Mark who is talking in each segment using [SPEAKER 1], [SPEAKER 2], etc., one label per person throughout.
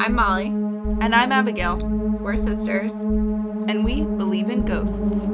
[SPEAKER 1] I'm Molly.
[SPEAKER 2] And I'm Abigail,
[SPEAKER 1] We're sisters.
[SPEAKER 2] and we believe in ghosts.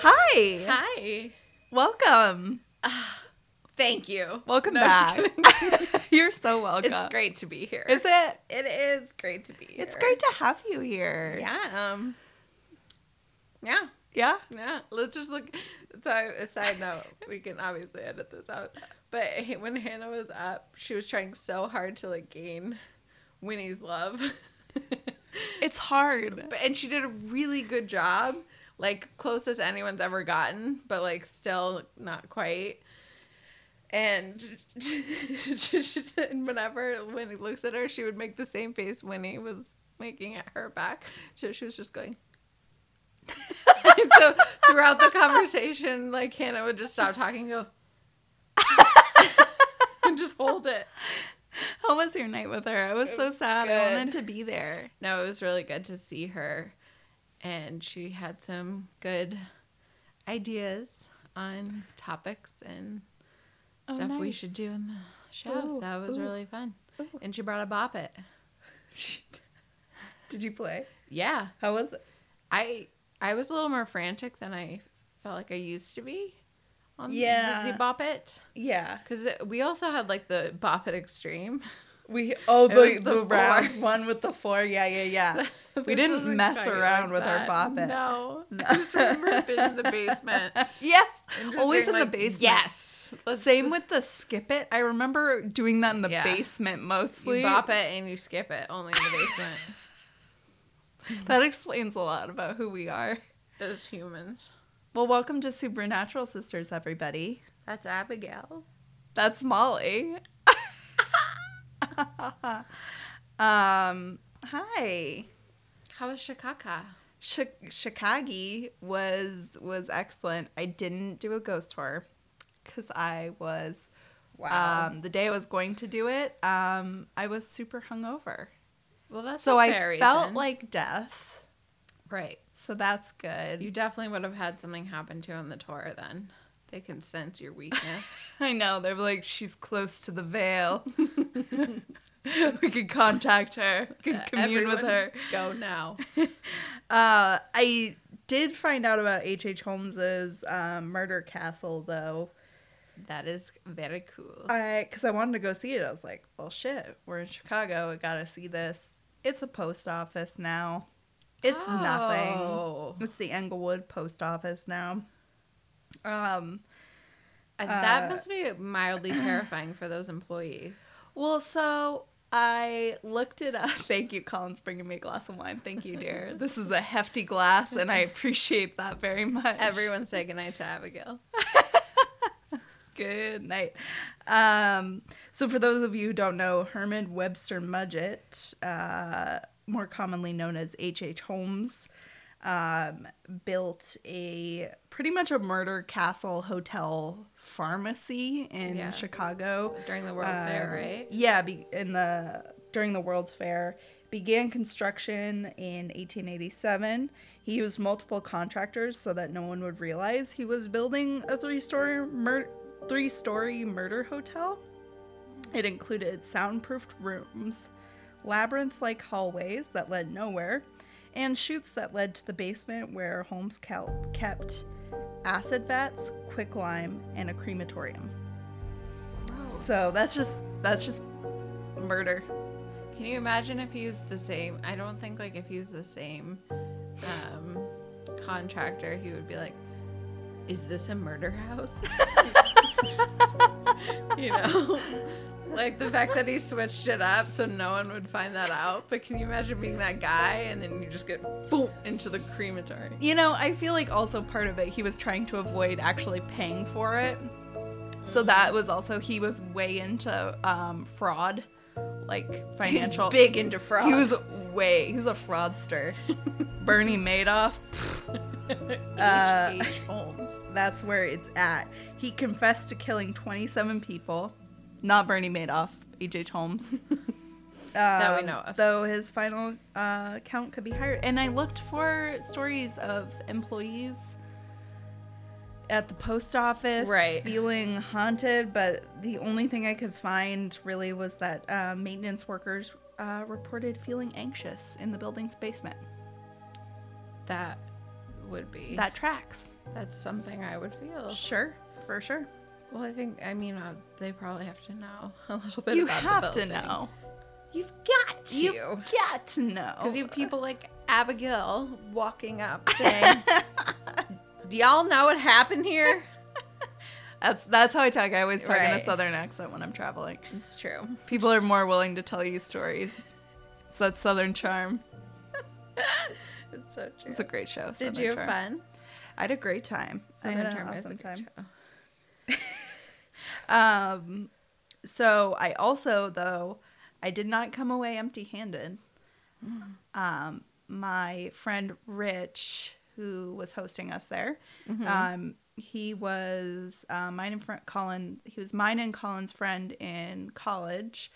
[SPEAKER 2] Hi.
[SPEAKER 1] Hi.
[SPEAKER 2] Welcome.
[SPEAKER 1] Thank you.
[SPEAKER 2] Welcome
[SPEAKER 1] No, I'm
[SPEAKER 2] back.
[SPEAKER 1] just kidding.
[SPEAKER 2] You're so welcome.
[SPEAKER 1] it's great to be here.
[SPEAKER 2] Is it?
[SPEAKER 1] it is great to be here.
[SPEAKER 2] It's great to have you here.
[SPEAKER 1] Yeah. Um, yeah.
[SPEAKER 2] Yeah.
[SPEAKER 1] Yeah. Let's just look. So, a side note, we can obviously edit this out. But h- when Hannah was up, she was trying so hard to like gain Winnie's love.
[SPEAKER 2] It's hard.
[SPEAKER 1] But- and she did a really good job like closest anyone's ever gotten but like still not quite and and whenever Winnie looks at her, she would make the same face Winnie was making at her back. So she was just going. and so throughout the conversation, like Hannah would just stop talking and go, and just hold it.
[SPEAKER 2] How was your night with her? I was
[SPEAKER 1] It
[SPEAKER 2] so
[SPEAKER 1] was
[SPEAKER 2] sad.
[SPEAKER 1] good.
[SPEAKER 2] I wanted to be there.
[SPEAKER 1] No, it was really good to see her. And she had some good ideas on topics and
[SPEAKER 2] Oh,
[SPEAKER 1] stuff we
[SPEAKER 2] nice.
[SPEAKER 1] should do in the show. so
[SPEAKER 2] Ooh,
[SPEAKER 1] that was
[SPEAKER 2] ooh,
[SPEAKER 1] really fun.
[SPEAKER 2] ooh.
[SPEAKER 1] And she brought a bop it.
[SPEAKER 2] Did you play?
[SPEAKER 1] Yeah.
[SPEAKER 2] How was it?
[SPEAKER 1] I I was a little more frantic than I felt like I used to be on
[SPEAKER 2] Yeah.
[SPEAKER 1] the Z Bop It.
[SPEAKER 2] Yeah.
[SPEAKER 1] Because we also had like the Bop It Extreme.
[SPEAKER 2] We oh
[SPEAKER 1] It was the four.
[SPEAKER 2] one with the four. Yeah, yeah, yeah.
[SPEAKER 1] This
[SPEAKER 2] didn't
[SPEAKER 1] wasn't
[SPEAKER 2] mess
[SPEAKER 1] quite
[SPEAKER 2] around with our
[SPEAKER 1] that.
[SPEAKER 2] Bop It.
[SPEAKER 1] No. I just remember it being in the basement.
[SPEAKER 2] yes.
[SPEAKER 1] and just
[SPEAKER 2] Always in
[SPEAKER 1] being
[SPEAKER 2] the
[SPEAKER 1] like,
[SPEAKER 2] basement.
[SPEAKER 1] Yes. Let's
[SPEAKER 2] Same with the skip it. I remember doing that in the
[SPEAKER 1] Yeah.
[SPEAKER 2] basement mostly.
[SPEAKER 1] You bop it and you skip it only in the basement
[SPEAKER 2] That explains a lot about who we are.
[SPEAKER 1] as humans.
[SPEAKER 2] Well, welcome to Supernatural Sisters, everybody.
[SPEAKER 1] That's Abigail.
[SPEAKER 2] That's Molly. um, hi.
[SPEAKER 1] How was Shikaka?
[SPEAKER 2] Sh- Shikagi was was excellent. I didn't do a ghost tour because I was um, the day I was going to do it. Um, I was super hungover,
[SPEAKER 1] well, that's
[SPEAKER 2] so
[SPEAKER 1] a
[SPEAKER 2] I
[SPEAKER 1] fair
[SPEAKER 2] felt
[SPEAKER 1] reason.
[SPEAKER 2] like death.
[SPEAKER 1] right.
[SPEAKER 2] So that's good.
[SPEAKER 1] You definitely would have had something happen to you on the tour. Then they can sense your weakness.
[SPEAKER 2] I know. They're like, she's close to the veil. we could contact her, we could
[SPEAKER 1] Uh,
[SPEAKER 2] commune with
[SPEAKER 1] everyone,
[SPEAKER 2] her.
[SPEAKER 1] Go now.
[SPEAKER 2] Uh, I did find out about H.H. H. Holmes's um, Murder Castle, though,
[SPEAKER 1] that is very cool.
[SPEAKER 2] Uh, because I, wanted to go see it. I was like, well, shit, we're in Chicago. I gotta see this. It's a post office now. It's nothing.
[SPEAKER 1] Oh.
[SPEAKER 2] It's the Englewood post office now. Um,
[SPEAKER 1] Uh, that
[SPEAKER 2] Uh,
[SPEAKER 1] must be mildly terrifying for those employees.
[SPEAKER 2] Well, so I looked it up. Thank you, Colin's bringing me a glass of wine. Thank you, dear. this is a hefty glass, and I appreciate that very much.
[SPEAKER 1] Everyone say goodnight to Abigail.
[SPEAKER 2] good night. Um, so, for those of you who don't know, Herman Webster Mudgett, uh, more commonly known as H.H. H. Holmes, um, built a pretty much a murder castle hotel pharmacy in
[SPEAKER 1] Yeah.
[SPEAKER 2] Chicago.
[SPEAKER 1] During the World Fair,
[SPEAKER 2] Um,
[SPEAKER 1] right?
[SPEAKER 2] Yeah, be- in the during the World's Fair, began construction in 1887. He used multiple contractors so that no one would realize he was building a three-story mur- three-story murder hotel. It included soundproofed rooms, labyrinth-like hallways that led nowhere, and chutes that led to the basement where Holmes cal- kept acid vats, quicklime, and a crematorium. So that's just that's just murder.
[SPEAKER 1] Can you imagine if he used the same? I don't think like if he used the same um, contractor, he would be like, "Is this a murder house?" you know, like the fact that he switched it up so no one would find that out. But can you imagine being that guy and then you just get boom, into the crematory?
[SPEAKER 2] You know, I feel like also part of it he was trying to avoid actually paying for it. So that was also he was way into um, fraud, like
[SPEAKER 1] He's
[SPEAKER 2] financial.
[SPEAKER 1] big into fraud.
[SPEAKER 2] He was way. He's a fraudster. Bernie Madoff. pfft, Uh,
[SPEAKER 1] H. H. Holmes.
[SPEAKER 2] that's where it's at. He confessed to killing 27 people. Not Bernie Madoff. E.J. Holmes.
[SPEAKER 1] That we
[SPEAKER 2] Um,
[SPEAKER 1] know of.
[SPEAKER 2] Though his final uh, count could be higher. And I looked for stories of employees at the post office
[SPEAKER 1] Right.
[SPEAKER 2] feeling haunted, but the only thing I could find really was that uh, maintenance workers uh, reported feeling anxious in the building's basement.
[SPEAKER 1] That would be.
[SPEAKER 2] That tracks.
[SPEAKER 1] That's something I would feel.
[SPEAKER 2] Sure, for sure.
[SPEAKER 1] Well, I think I mean uh, they probably have to know a little bit.
[SPEAKER 2] you
[SPEAKER 1] about the
[SPEAKER 2] have to
[SPEAKER 1] building.
[SPEAKER 2] know. You've got to.
[SPEAKER 1] to.
[SPEAKER 2] You've got to know.
[SPEAKER 1] because you have people like Abigail walking up saying, "Do y'all know what happened here?"
[SPEAKER 2] That's that's how I talk. I always talk in a
[SPEAKER 1] Right.
[SPEAKER 2] southern accent when I'm traveling.
[SPEAKER 1] It's true.
[SPEAKER 2] People are more willing to tell you stories. It's that southern charm.
[SPEAKER 1] It's so true.
[SPEAKER 2] It's a great show.
[SPEAKER 1] Did
[SPEAKER 2] Southern
[SPEAKER 1] you have
[SPEAKER 2] charm.
[SPEAKER 1] fun?
[SPEAKER 2] I had a great time. I had an
[SPEAKER 1] Charm is a
[SPEAKER 2] awesome
[SPEAKER 1] good
[SPEAKER 2] time.
[SPEAKER 1] show.
[SPEAKER 2] Um, so I also though I did not come away empty-handed. Um, my friend Rich, who was hosting us there, um, he was uh, mine and friend Colin. He was mine and Colin's friend in college,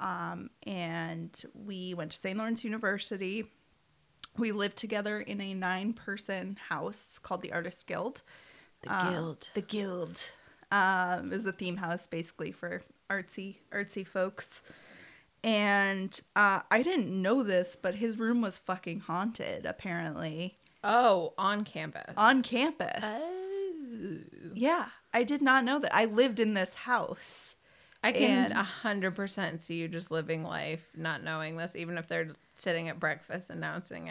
[SPEAKER 2] um, and we went to St. Lawrence University. We lived together in a nine-person house called the Artist Guild.
[SPEAKER 1] The
[SPEAKER 2] Uh,
[SPEAKER 1] guild.
[SPEAKER 2] The Guild um, is a theme house basically for artsy artsy folks. And uh, I didn't know this, but his room was fucking haunted apparently
[SPEAKER 1] Oh, on campus.
[SPEAKER 2] on campus.
[SPEAKER 1] Oh.
[SPEAKER 2] Yeah, I did not know that. I lived in this house.
[SPEAKER 1] I can
[SPEAKER 2] And-
[SPEAKER 1] a hundred percent see you just living life, not knowing this, even if they're sitting at breakfast announcing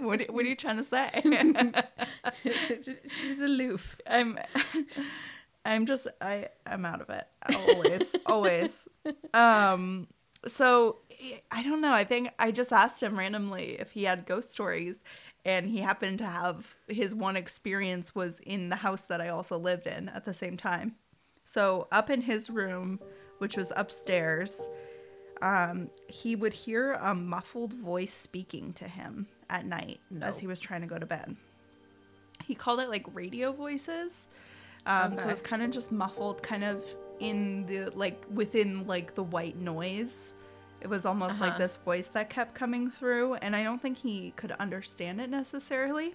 [SPEAKER 2] what, are- what are you trying to say?
[SPEAKER 1] it. She's aloof.
[SPEAKER 2] I'm I'm just I I'm out of it. Always, always. Um so I don't know. I think I just asked him randomly if he had ghost stories and he happened to have his one experience was in the house that I also lived in at the same time. So up in his room, which was upstairs, um, he would hear a muffled voice speaking to him at night as
[SPEAKER 1] Nope.
[SPEAKER 2] he was trying to go to bed he called it like radio voices um so
[SPEAKER 1] Okay.
[SPEAKER 2] it's kind of just muffled kind of in the like within like the white noise it was almost like
[SPEAKER 1] Uh-huh.
[SPEAKER 2] this voice that kept coming through and i don't think he could understand it necessarily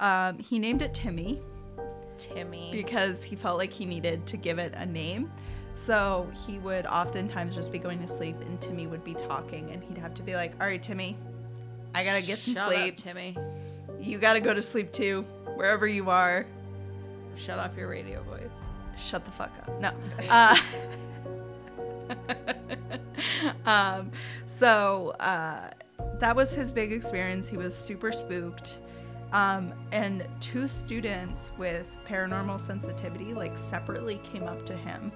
[SPEAKER 2] um, he named it timmy
[SPEAKER 1] Timmy.
[SPEAKER 2] because he felt like he needed to give it a name so he would oftentimes just be going to sleep and timmy would be talking and he'd have to be like all right timmy i gotta get some
[SPEAKER 1] Shut
[SPEAKER 2] sleep
[SPEAKER 1] up, Timmy.
[SPEAKER 2] you gotta go to sleep too wherever you are
[SPEAKER 1] Shut off your radio voice.
[SPEAKER 2] shut the fuck up. No. Uh, um, so uh, that was his big experience. He was super spooked. Um, and two students with paranormal sensitivity, like, separately came up to him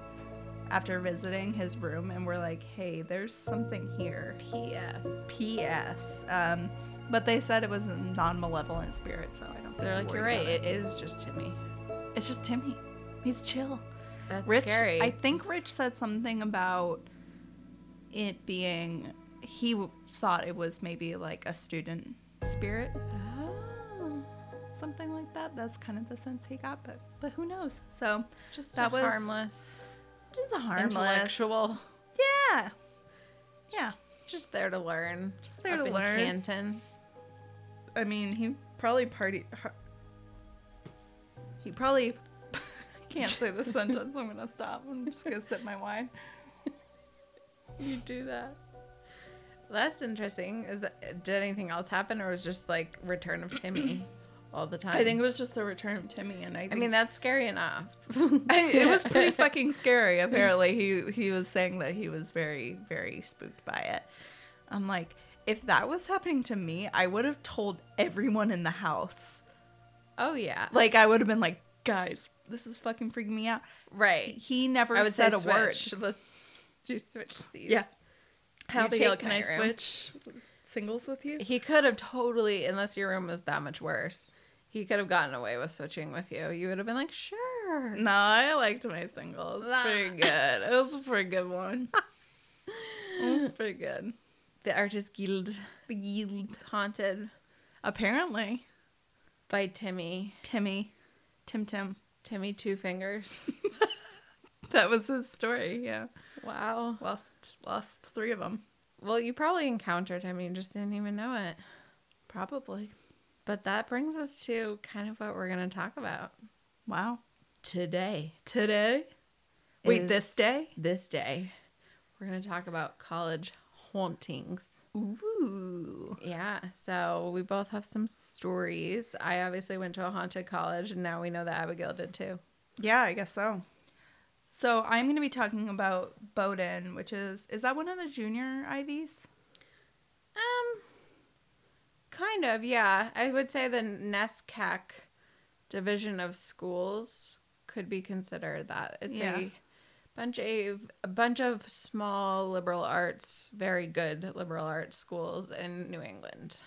[SPEAKER 2] after visiting his room and were like, hey, there's something here.
[SPEAKER 1] P.S.
[SPEAKER 2] P.S. Um, but they said it was a non malevolent spirit, so I don't think
[SPEAKER 1] They're
[SPEAKER 2] he
[SPEAKER 1] like, you're
[SPEAKER 2] worried
[SPEAKER 1] right.
[SPEAKER 2] about it."
[SPEAKER 1] It is just Timmy.
[SPEAKER 2] It's just Timmy. He's chill.
[SPEAKER 1] That's
[SPEAKER 2] Rich,
[SPEAKER 1] scary.
[SPEAKER 2] I think Rich said something about it being he w- thought it was maybe like a student spirit,
[SPEAKER 1] Oh,
[SPEAKER 2] something like that. That's kind of the sense he got, but but who knows? So
[SPEAKER 1] just
[SPEAKER 2] That
[SPEAKER 1] a
[SPEAKER 2] was
[SPEAKER 1] harmless,
[SPEAKER 2] just a harmless,
[SPEAKER 1] intellectual.
[SPEAKER 2] yeah, yeah.
[SPEAKER 1] Just there to learn. Just
[SPEAKER 2] there to learn.
[SPEAKER 1] Canton.
[SPEAKER 2] I mean, he probably party. har- He probably I can't say the sentence. I'm gonna stop. I'm just gonna sip my wine.
[SPEAKER 1] You do that. That's interesting. Is that, did anything else happen, or was just like Return of Timmy all the time?
[SPEAKER 2] I think it was just the return of Timmy, and I. Think
[SPEAKER 1] I mean that's scary enough.
[SPEAKER 2] I, it was pretty fucking scary. Apparently, he he was saying that he was very very spooked by it. I'm like, if that was happening to me, I would have told everyone in the house.
[SPEAKER 1] oh yeah,
[SPEAKER 2] Like, I would have been like, guys, this is fucking freaking me out.
[SPEAKER 1] right.
[SPEAKER 2] He never
[SPEAKER 1] I would say
[SPEAKER 2] said a
[SPEAKER 1] switch.
[SPEAKER 2] word.
[SPEAKER 1] Let's do switch these.
[SPEAKER 2] Yeah. How
[SPEAKER 1] You
[SPEAKER 2] the
[SPEAKER 1] take
[SPEAKER 2] hell can
[SPEAKER 1] my
[SPEAKER 2] I
[SPEAKER 1] room.
[SPEAKER 2] switch singles with you?
[SPEAKER 1] He could have totally, unless your room was that much worse, he could have gotten away with switching with you. You would have been like, sure.
[SPEAKER 2] No, I liked my singles.
[SPEAKER 1] Ah.
[SPEAKER 2] Pretty good. It was a pretty good one. It was pretty good.
[SPEAKER 1] The Artist Guild
[SPEAKER 2] Yield.
[SPEAKER 1] haunted
[SPEAKER 2] Apparently,
[SPEAKER 1] by Timmy.
[SPEAKER 2] Timmy, Tim Tim.
[SPEAKER 1] Timmy Two Fingers.
[SPEAKER 2] That was his story. Yeah,
[SPEAKER 1] Wow.
[SPEAKER 2] lost lost three of them.
[SPEAKER 1] Well, you probably encountered him, you just didn't even know it.
[SPEAKER 2] Probably.
[SPEAKER 1] But that brings us to kind of what we're going to talk about
[SPEAKER 2] Wow.
[SPEAKER 1] today.
[SPEAKER 2] Today. Wait,
[SPEAKER 1] Is-
[SPEAKER 2] this day.
[SPEAKER 1] This day, we're going to talk about college hauntings.
[SPEAKER 2] Ooh.
[SPEAKER 1] Yeah, so we both have some stories. I obviously went to a haunted college, and now we know that Abigail did too.
[SPEAKER 2] Yeah, I guess so. So I'm going to be talking about Bowdoin, which is is that one of the junior Ivies?
[SPEAKER 1] Um, kind of, yeah. I would say the NESCAC division of schools could be considered that. It's
[SPEAKER 2] Yeah.
[SPEAKER 1] a bunch of a bunch of small liberal arts, very good liberal arts schools in New England.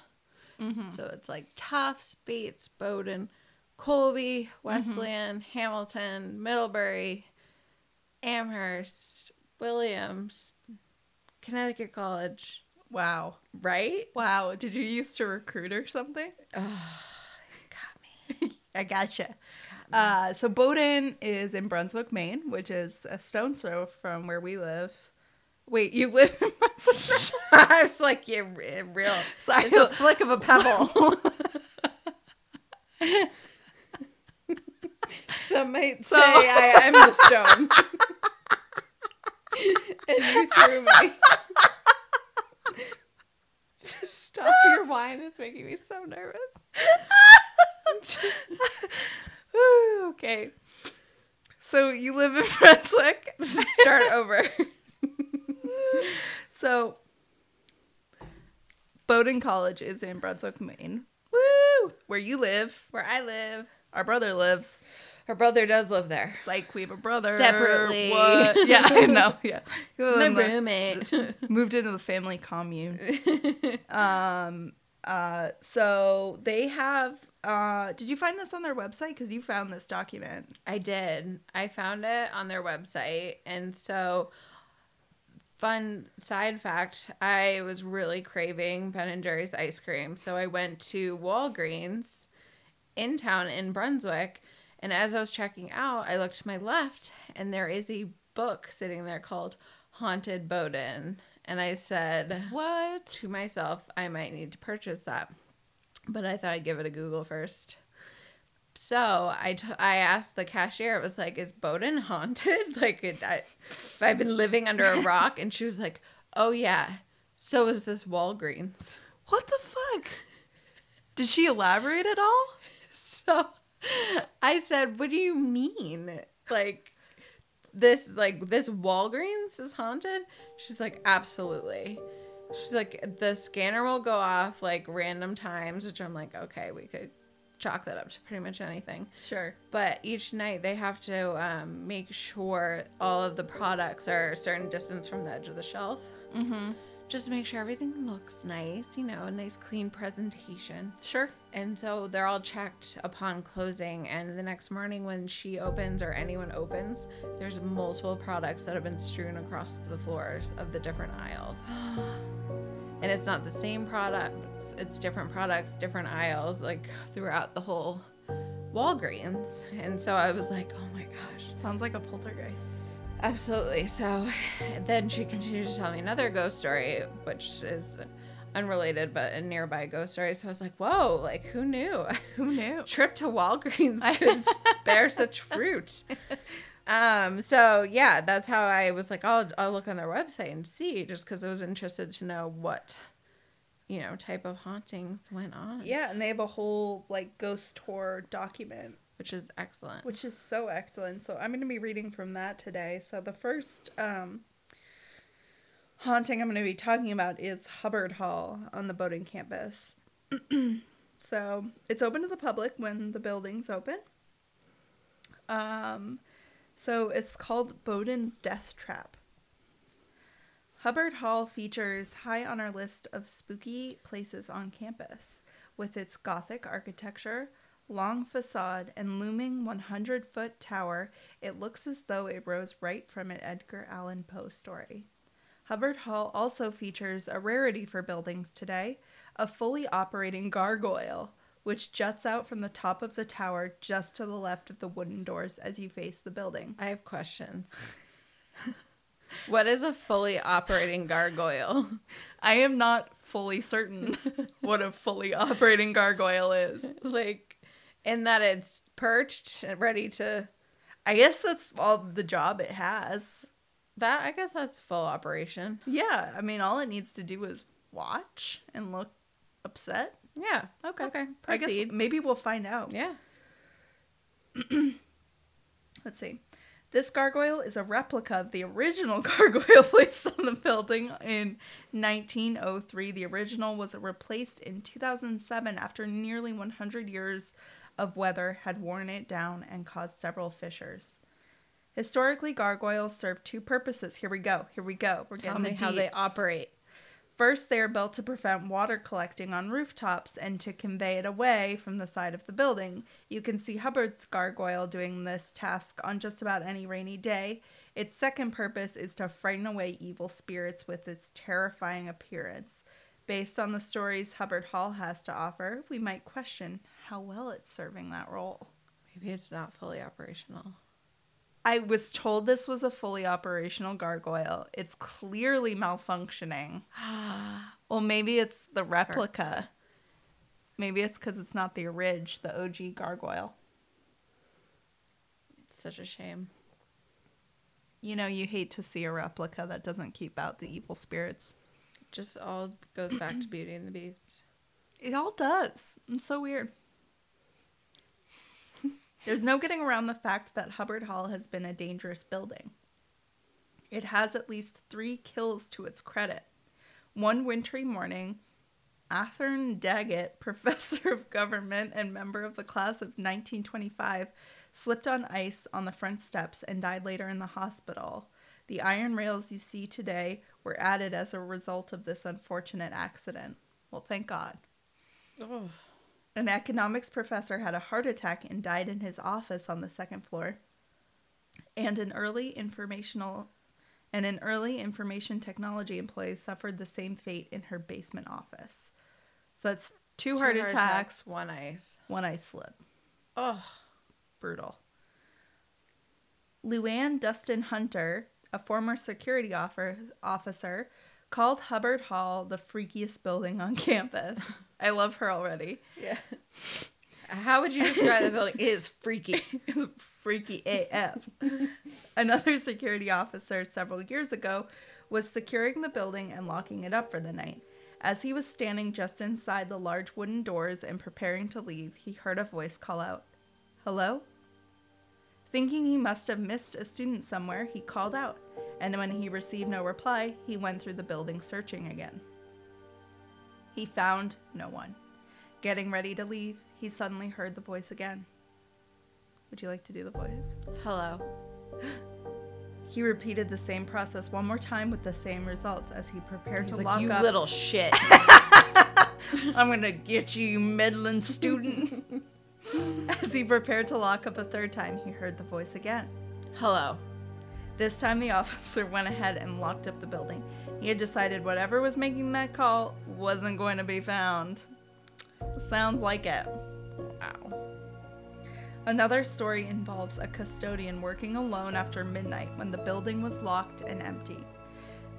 [SPEAKER 2] Mm-hmm.
[SPEAKER 1] So it's like Tufts, Bates, Bowdoin, Colby, Wesleyan, Hamilton, Middlebury, Amherst, Williams, Connecticut College,
[SPEAKER 2] Wow.
[SPEAKER 1] right?
[SPEAKER 2] Wow. Did you used to recruit or something?
[SPEAKER 1] Oh, got me.
[SPEAKER 2] I gotcha.
[SPEAKER 1] Got me.
[SPEAKER 2] Uh, so Bowdoin is in Brunswick, Maine, which is a stone's throw from where we live. Wait, you live in Brunswick?
[SPEAKER 1] I was like, yeah, re- real.
[SPEAKER 2] Sorry.
[SPEAKER 1] It's a flick of a pebble. Some might
[SPEAKER 2] So-
[SPEAKER 1] say I, I'm the stone. and you threw me. Stop your wine. It's making me so nervous.
[SPEAKER 2] Whew, okay. So you live in Brunswick.
[SPEAKER 1] Start over.
[SPEAKER 2] So Bowdoin College is in Brunswick, Maine. Woo! Where you live,
[SPEAKER 1] Where I live.
[SPEAKER 2] our brother lives.
[SPEAKER 1] Her brother does live there.
[SPEAKER 2] It's like we have a brother.
[SPEAKER 1] Separately.
[SPEAKER 2] What? Yeah, I know. Yeah.
[SPEAKER 1] My roommate.
[SPEAKER 2] Moved into the family commune. Um uh so they have uh did you find this on their website cuz you found this document.
[SPEAKER 1] I did. I found it on their website. And so fun side fact, I was really craving Ben and Jerry's ice cream. So I went to Walgreens in town in Brunswick, and as I was checking out, I looked to my left and there is a book sitting there called Haunted Bowden. And I said,
[SPEAKER 2] What?
[SPEAKER 1] to myself, I might need to purchase that. But I thought I'd give it a Google first. So I, t- I asked the cashier, it was like, is Bowdoin haunted? Like, it, I, if I've been living under a rock? And she was like, oh yeah, so is this Walgreens.
[SPEAKER 2] What the fuck? Did she elaborate at all?
[SPEAKER 1] So I said, what do you mean? Like, this like this Walgreens is haunted? She's like, absolutely. She's like, the scanner will go off like random times, which I'm like, okay, we could chalk that up to pretty much anything.
[SPEAKER 2] Sure.
[SPEAKER 1] But each night they have to um, make sure all of the products are a certain distance from the edge of the shelf.
[SPEAKER 2] Mhm.
[SPEAKER 1] Just to make sure everything looks nice, you know, a nice clean presentation.
[SPEAKER 2] Sure.
[SPEAKER 1] And so they're all checked upon closing. And the next morning, when she opens or anyone opens, there's multiple products that have been strewn across the floors of the different aisles. and it's not the same products, it's different products, different aisles, like throughout the whole Walgreens. And so I was like, oh my gosh.
[SPEAKER 2] Sounds like a poltergeist.
[SPEAKER 1] Absolutely. So then she continued to tell me another ghost story, which is unrelated but a nearby ghost story. So I was like, whoa, like who knew?
[SPEAKER 2] Who knew?
[SPEAKER 1] Trip to Walgreens could bear such fruit. Um, so yeah, that's how I was like, I'll I'll look on their website and see, just because I was interested to know what, you know, type of hauntings went on.
[SPEAKER 2] Yeah, and they have a whole like ghost tour document,
[SPEAKER 1] Which is excellent.
[SPEAKER 2] which is so excellent. So I'm going to be reading from that today. So the first um haunting I'm going to be talking about is Hubbard Hall on the Bowdoin campus. so it's open to the public when the building's open. Um so it's called Bowdoin's Death Trap. Hubbard Hall features high on our list of spooky places on campus, with its Gothic architecture, long facade, and looming 100 foot tower. It looks as though it rose right from an Edgar Allan Poe story. Hubbard Hall also features a rarity for buildings today a fully operating gargoyle, which juts out from the top of the tower just to the left of the wooden doors as you face the building.
[SPEAKER 1] I have questions. what is a fully operating gargoyle?
[SPEAKER 2] I am not fully certain what a fully operating gargoyle is.
[SPEAKER 1] like, in that it's perched and ready to.
[SPEAKER 2] I guess that's all the job it has.
[SPEAKER 1] That I guess that's full operation.
[SPEAKER 2] Yeah, I mean, all it needs to do is watch and look upset.
[SPEAKER 1] Yeah. Okay. Okay. Proceed.
[SPEAKER 2] I guess maybe we'll find out.
[SPEAKER 1] yeah.
[SPEAKER 2] Let's see. This gargoyle is a replica of the original gargoyle placed on the building in 1903. The original was replaced in 2007 after nearly 100 years of weather had worn it down and caused several fissures. Historically, gargoyles serve two purposes. Here we go. Here we go. We're getting
[SPEAKER 1] Tell me
[SPEAKER 2] the
[SPEAKER 1] how they
[SPEAKER 2] deets.
[SPEAKER 1] operate.
[SPEAKER 2] First, they are built to prevent water collecting on rooftops and to convey it away from the side of the building. You can see Hubbard's gargoyle doing this task on just about any rainy day. Its second purpose is to frighten away evil spirits with its terrifying appearance. Based on the stories Hubbard Hall has to offer, we might question how well it's serving that role.
[SPEAKER 1] Maybe it's not fully operational.
[SPEAKER 2] I was told this was a fully operational gargoyle. It's clearly malfunctioning. Well, maybe it's the replica. Maybe it's because it's not the orig, the OG gargoyle.
[SPEAKER 1] it's such a shame.
[SPEAKER 2] You know, you hate to see a replica that doesn't keep out the evil spirits.
[SPEAKER 1] Just all goes back to Beauty and the Beast.
[SPEAKER 2] It all does. It's so weird. There's no getting around the fact that Hubbard Hall has been a dangerous building. It has at least three kills to its credit. One wintry morning, Athern Daggett, professor of government and member of the class of 1925, slipped on ice on the front steps and died later in the hospital. The iron rails you see today were added as a result of this unfortunate accident. Well, thank God.
[SPEAKER 1] Oh,
[SPEAKER 2] An economics professor had a heart attack and died in his office on the second floor. And an early informational and an early information technology employee suffered the same fate in her basement office. So that's two, heart, attacks,
[SPEAKER 1] one ice.
[SPEAKER 2] one eye slip
[SPEAKER 1] Oh,
[SPEAKER 2] brutal. Luann Dustin Hunter, a former security offer, officer, called Hubbard Hall the freakiest building on campus. I love her already.
[SPEAKER 1] yeah. How would you describe the building? It is freaky.
[SPEAKER 2] Freaky AF. Another security officer several years ago was securing the building and locking it up for the night. As he was standing just inside the large wooden doors and preparing to leave, he heard a voice call out, Hello? Thinking he must have missed a student somewhere, he called out, and when he received no reply, he went through the building searching again. He found no one. Getting ready to leave, he suddenly heard the voice again. Would you like to do the voice?
[SPEAKER 1] Hello.
[SPEAKER 2] He repeated the same process one more time with the same results as he prepared
[SPEAKER 1] He's
[SPEAKER 2] to
[SPEAKER 1] like,
[SPEAKER 2] lock
[SPEAKER 1] you
[SPEAKER 2] up.
[SPEAKER 1] little shit.
[SPEAKER 2] I'm gonna get you, you meddling student. as he prepared to lock up a third time, he heard the voice again.
[SPEAKER 1] Hello.
[SPEAKER 2] This time, the officer went ahead and locked up the building. He had decided whatever was making that call wasn't going to be found. Sounds like it. Wow. Another story involves a custodian working alone after midnight when the building was locked and empty.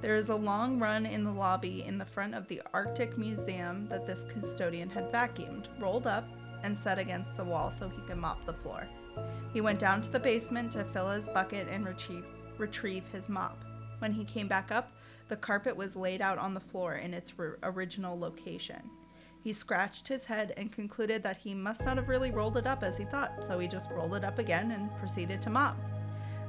[SPEAKER 2] There is a long run in the lobby in the front of the Arctic Museum that this custodian had vacuumed, rolled up, and set against the wall so he could mop the floor. He went down to the basement to fill his bucket and retrieve, retrieve his mop. When he came back up, the carpet was laid out on the floor in its ri- original location. He scratched his head and concluded that he must not have really rolled it up as he thought, so he just rolled it up again and proceeded to mop.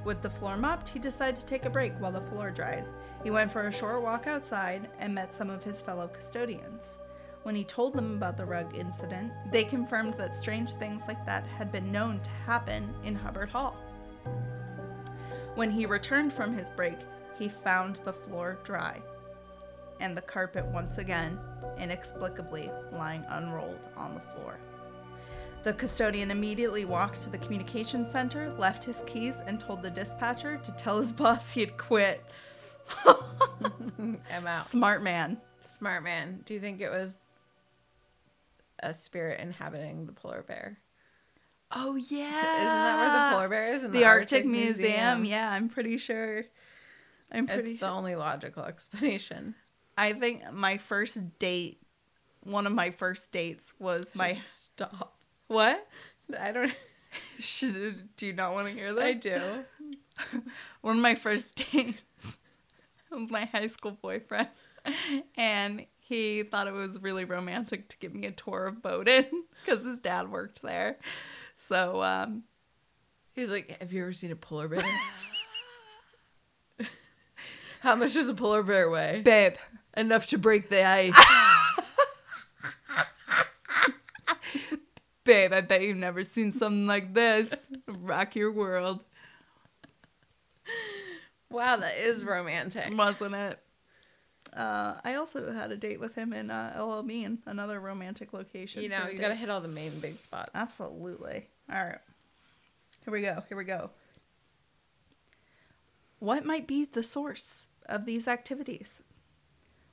[SPEAKER 2] With the floor mopped, he decided to take a break while the floor dried. He went for a short walk outside and met some of his fellow custodians. When he told them about the rug incident, they confirmed that strange things like that had been known to happen in Hubbard Hall. When he returned from his break, he found the floor dry and the carpet once again, inexplicably lying unrolled on the floor. The custodian immediately walked to the communication center, left his keys, and told the dispatcher to tell his boss he had quit.
[SPEAKER 1] I'm out.
[SPEAKER 2] Smart man.
[SPEAKER 1] Smart man. Do you think it was a spirit inhabiting the polar bear?
[SPEAKER 2] Oh yeah.
[SPEAKER 1] Isn't that where Ah, the polar bear is? In
[SPEAKER 2] the Arctic, Museum. Yeah, I'm pretty sure. I'm pretty.
[SPEAKER 1] It's the only logical explanation.
[SPEAKER 2] I think my first date, one of my first dates was my
[SPEAKER 1] Just stop.
[SPEAKER 2] what?
[SPEAKER 1] I don't.
[SPEAKER 2] Should, do you not want to hear this?
[SPEAKER 1] I do.
[SPEAKER 2] One of my first dates was my high school boyfriend, and he thought it was really romantic to give me a tour of Bowdoin because his dad worked there. So um,
[SPEAKER 1] He's like, have you ever seen a polar bear? How much does a polar bear weigh?
[SPEAKER 2] babe,
[SPEAKER 1] Enough to break the ice.
[SPEAKER 2] babe, I bet you've never seen something like this. Rock your world,
[SPEAKER 1] wow, that is romantic.
[SPEAKER 2] wasn't it? Uh, I also had a date with him in uh, LL Bean, another romantic location.
[SPEAKER 1] You
[SPEAKER 2] for
[SPEAKER 1] know,
[SPEAKER 2] a
[SPEAKER 1] you
[SPEAKER 2] date.
[SPEAKER 1] gotta hit all the main big spots.
[SPEAKER 2] Absolutely. All right. Here we go. Here we go. What might be the source of these activities?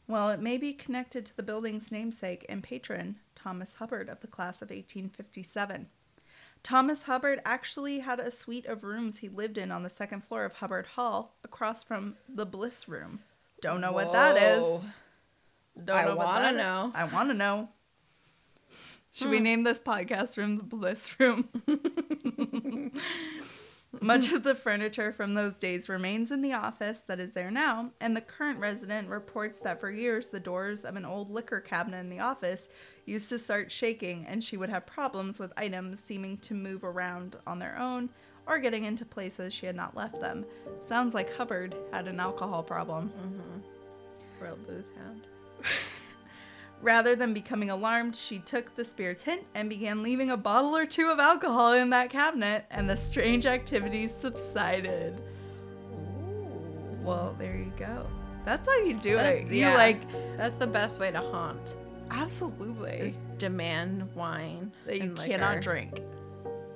[SPEAKER 2] Well, it may be connected to the building's namesake and patron, Thomas Hubbard of the class of 1857. Thomas Hubbard actually had a suite of rooms he lived in on the second floor of Hubbard Hall across from the Bliss Room. Don't know what that is.
[SPEAKER 1] Whoa.
[SPEAKER 2] Don't
[SPEAKER 1] I
[SPEAKER 2] what
[SPEAKER 1] wanna
[SPEAKER 2] that is.
[SPEAKER 1] know. Hmm.
[SPEAKER 2] I want to know. Should we name this podcast room the Bliss Room? Much of the furniture from those days remains in the office that is there now, and the current resident reports that for years the doors of an old liquor cabinet in the office used to start shaking, and she would have problems with items seeming to move around on their own or getting into places she had not left them. Sounds like Hubbard had an alcohol problem.
[SPEAKER 1] Real booze hound.
[SPEAKER 2] Rather than becoming alarmed, she took the spirit's hint and began leaving a bottle or two of alcohol in that cabinet, and the strange activity subsided. Well, there you go. That's how you do
[SPEAKER 1] That's-
[SPEAKER 2] it. You
[SPEAKER 1] yeah.
[SPEAKER 2] like,
[SPEAKER 1] That's the best way to haunt.
[SPEAKER 2] absolutely.
[SPEAKER 1] Is demand wine
[SPEAKER 2] That you
[SPEAKER 1] and liquor.
[SPEAKER 2] cannot drink.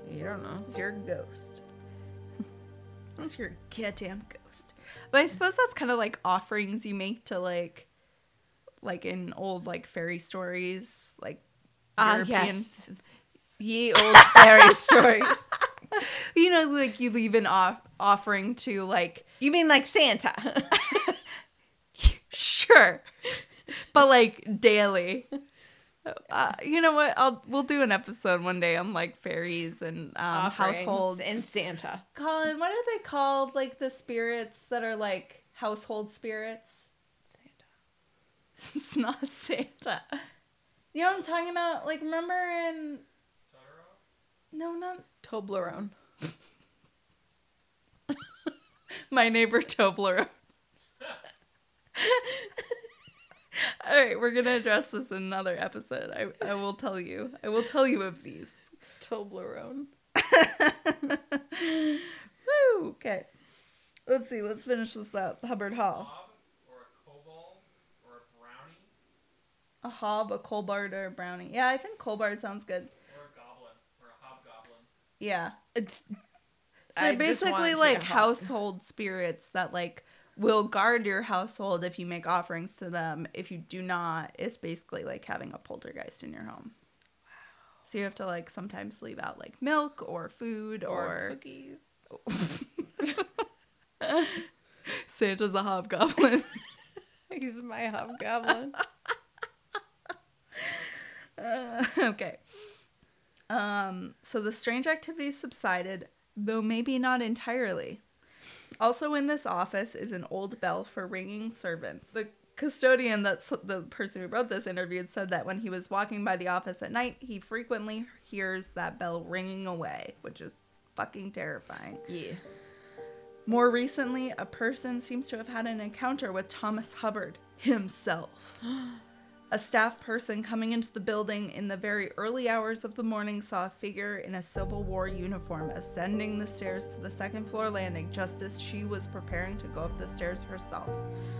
[SPEAKER 1] You don't know.
[SPEAKER 2] It's your ghost. It's your goddamn ghost. But I suppose that's kind of like offerings you make to like, like in old like fairy stories, like
[SPEAKER 1] Ah, Ye old fairy stories.
[SPEAKER 2] you know like you leave an off- offering to like
[SPEAKER 1] You mean like Santa?
[SPEAKER 2] sure but like daily uh, you know what i'll we'll do an episode one day on like fairies and um,
[SPEAKER 1] Offerings
[SPEAKER 2] households
[SPEAKER 1] and Santa.
[SPEAKER 2] colin what are they called like the spirits that are like household spirits it's not santa you know what i'm talking about like remember in no not
[SPEAKER 1] Toblerone.
[SPEAKER 2] My neighbor Toblerone. All right, we're gonna address this in another episode. I, I will tell you. I will tell you of these.
[SPEAKER 1] Toblerone.
[SPEAKER 2] Woo, okay. Let's see. Let's finish this up. Hubbard Hall.
[SPEAKER 3] blob or a kobold or a brownie
[SPEAKER 2] A hob, a Colbard, or a brownie. Yeah, I think Colbard sounds good.
[SPEAKER 3] or a goblin or a hobgoblin.
[SPEAKER 2] Yeah.
[SPEAKER 1] It's
[SPEAKER 2] So they're
[SPEAKER 1] I just want
[SPEAKER 2] basically
[SPEAKER 1] it to be
[SPEAKER 2] like
[SPEAKER 1] a hob.
[SPEAKER 2] household spirits that like will guard your household if you make offerings to them. If you do not, it's basically like having a poltergeist in your home. So you have to like sometimes leave out like milk or food or,
[SPEAKER 1] cookies.
[SPEAKER 2] Santa's a hobgoblin.
[SPEAKER 1] He's my hobgoblin.
[SPEAKER 2] Uh, okay. Um, so the strange activity subsided, though maybe not entirely. Also in this office is an old bell for ringing servants. The custodian that's the person who wrote this interviewed said that when he was walking by the office at night, he frequently hears that bell ringing away, which is fucking terrifying.
[SPEAKER 1] yeah.
[SPEAKER 2] More recently, a person seems to have had an encounter with Thomas Hubbard himself. a staff person coming into the building in the very early hours of the morning saw a figure in a Civil War uniform ascending the stairs to the second floor landing just as she was preparing to go up the stairs herself.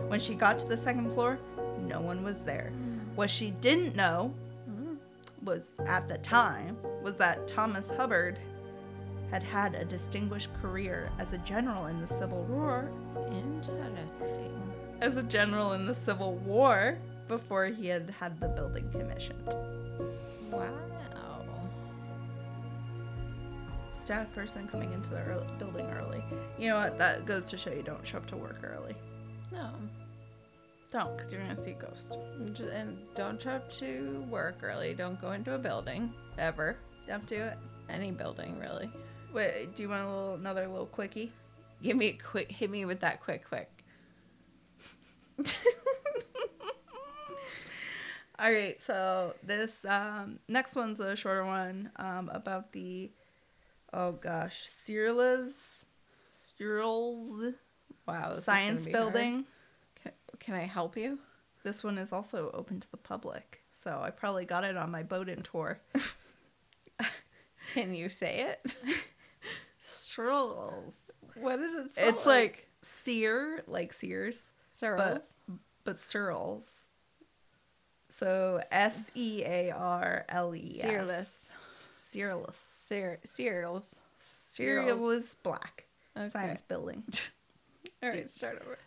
[SPEAKER 2] When she got to the second floor, no one was there. What she didn't know was at the time was that Thomas Hubbard had had a distinguished career as a general in the Civil War
[SPEAKER 1] Interesting.
[SPEAKER 2] as a general in the Civil War before he had had the building commissioned.
[SPEAKER 1] Wow.
[SPEAKER 2] Staff person coming into the early, building early. You know what? That goes to show you don't show up to work early.
[SPEAKER 1] No.
[SPEAKER 2] Don't, because you're gonna see ghosts.
[SPEAKER 1] J- And don't show up to work early. Don't go into a building ever.
[SPEAKER 2] Don't do it.
[SPEAKER 1] Any building really.
[SPEAKER 2] Wait, do you want a little another little quickie?
[SPEAKER 1] Give me a quick. Hit me with that quick, quick.
[SPEAKER 2] All right, so this um, next one's a shorter one um, about the oh gosh, Cyrila's Cyril's
[SPEAKER 1] Wow. this is gonna
[SPEAKER 2] science
[SPEAKER 1] be hard.
[SPEAKER 2] building.
[SPEAKER 1] Can, can I help you?
[SPEAKER 2] This one is also open to the public, so I probably got it on my Bowdoin tour.
[SPEAKER 1] Can you say it?
[SPEAKER 2] Cyril's.
[SPEAKER 1] what is it? Spelled
[SPEAKER 2] It's like sear, like Sears,
[SPEAKER 1] Searles.
[SPEAKER 2] but Cyril's. So S E A R L E S.
[SPEAKER 1] Searless.
[SPEAKER 2] Searless.
[SPEAKER 1] Sear- Searles.
[SPEAKER 2] Serial
[SPEAKER 1] Cereals.
[SPEAKER 2] is black.
[SPEAKER 1] Okay.
[SPEAKER 2] Science building.
[SPEAKER 1] All right, start over.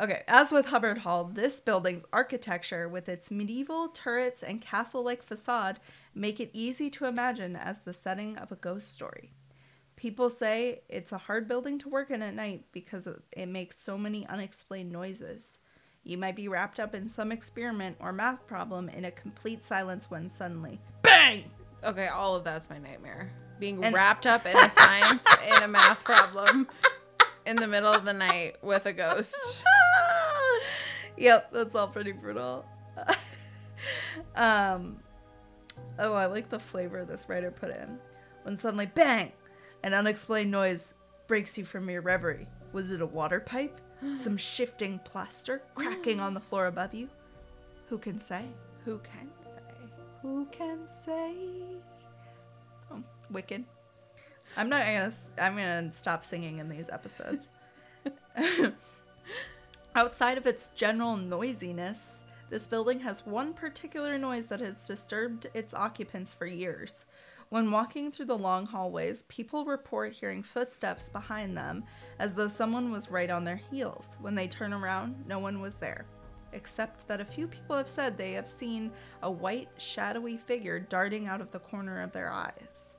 [SPEAKER 2] Okay, as with Hubbard Hall, this building's architecture, with its medieval turrets and castle like facade, make it easy to imagine as the setting of a ghost story. People say it's a hard building to work in at night because of- it makes so many unexplained noises. You might be wrapped up in some experiment or math problem in a complete silence when suddenly, BANG!
[SPEAKER 1] Okay, all of that's my nightmare. Being
[SPEAKER 2] And-
[SPEAKER 1] wrapped up in a science in a math problem in the middle of the night with a ghost.
[SPEAKER 2] yep, that's all pretty brutal. um, oh, I like the flavor this writer put in. When suddenly, bang, an unexplained noise breaks you from your reverie. Was it a water pipe? Some shifting plaster cracking on the floor above you? Who can say?
[SPEAKER 1] Who can say?
[SPEAKER 2] Who can say? Oh, wicked. I'm not gonna. I'm gonna stop singing in these episodes. Outside of its general noisiness, this building has one particular noise that has disturbed its occupants for years. When walking through the long hallways, people report hearing footsteps behind them as though someone was right on their heels. When they turn around, no one was there, except that a few people have said they have seen a white, shadowy figure darting out of the corner of their eyes.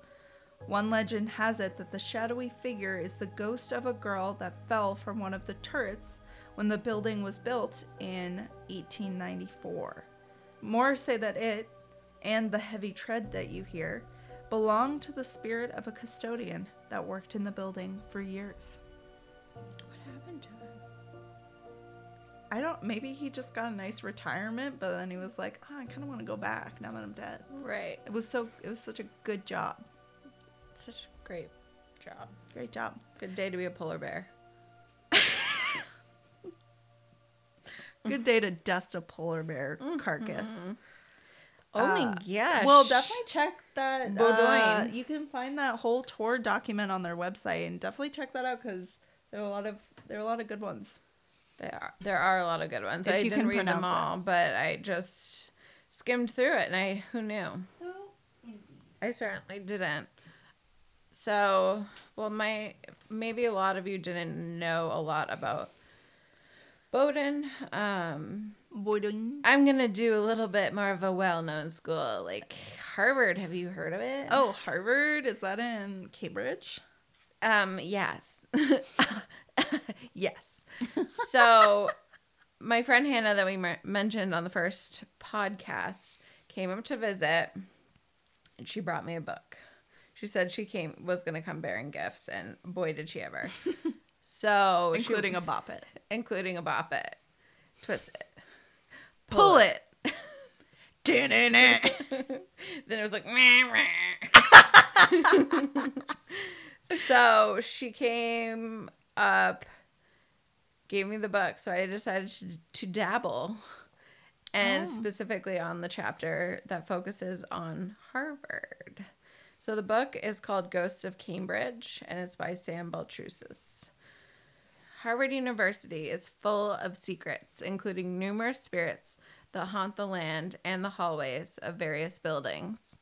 [SPEAKER 2] One legend has it that the shadowy figure is the ghost of a girl that fell from one of the turrets when the building was built in 1894. More say that it, and the heavy tread that you hear, belong to the spirit of a custodian that worked in the building for years.
[SPEAKER 1] What happened to him?
[SPEAKER 2] I don't, maybe he just got a nice retirement, but then he was like, oh, I kind of want to go back now that I'm dead.
[SPEAKER 1] Right.
[SPEAKER 2] It was so, it was such a good job.
[SPEAKER 1] Such a great job.
[SPEAKER 2] Great job.
[SPEAKER 1] Good day to be a polar bear.
[SPEAKER 2] Good day to dust a polar bear carcass.
[SPEAKER 1] Oh my
[SPEAKER 2] Uh,
[SPEAKER 1] Mm-hmm. gosh.
[SPEAKER 2] Well, definitely check that. uh,
[SPEAKER 1] Bowdoin.
[SPEAKER 2] you can find that whole tour document on their website, and definitely check that out because there are a lot of there are a lot of good ones.
[SPEAKER 1] There are, there are a lot of good ones.
[SPEAKER 2] If
[SPEAKER 1] I
[SPEAKER 2] you
[SPEAKER 1] didn't
[SPEAKER 2] can
[SPEAKER 1] read them
[SPEAKER 2] pronounce it.
[SPEAKER 1] all, but I just skimmed through it and I who knew? I certainly didn't. So, well my maybe a lot of you didn't know a lot about Bowdoin. Um
[SPEAKER 2] Bowdoin.
[SPEAKER 1] I'm going to do a little bit more of a well-known school like Harvard. Have you heard of it?
[SPEAKER 2] Oh, Harvard is that in Cambridge?
[SPEAKER 1] Um, yes. yes. So, my friend Hannah, that we mer- mentioned on the first podcast, came up to visit and she brought me a book. She said she came was going to come bearing gifts, and boy, did she ever. So, she-
[SPEAKER 2] Including a bop it.
[SPEAKER 1] including a bop it, twist it,
[SPEAKER 2] Pull it. Da-na-na.
[SPEAKER 1] then it was like "Meh, meh." so she came up gave me the book so i decided to, to dabble and specifically on the chapter that focuses on harvard so the book is called ghosts of cambridge and it's by sam beltrusis Harvard University is full of secrets, including numerous spirits that haunt the land and the hallways of various buildings.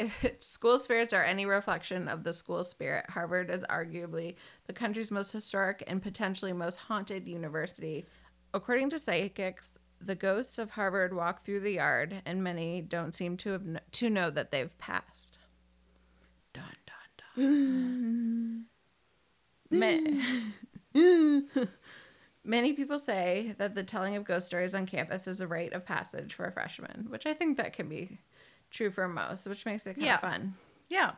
[SPEAKER 1] if school spirits are any reflection of the school spirit, Harvard is arguably the country's most historic and potentially most haunted university. According to psychics, the ghosts of Harvard walk through the yard, and many don't seem to have kn- to know that they've passed. Dun dun dun. Ma- Many people say that the telling of ghost stories on campus is a rite of passage for freshmen, which I think that can be true for most, which makes it kind
[SPEAKER 2] Yeah.
[SPEAKER 1] of fun.
[SPEAKER 2] Yeah.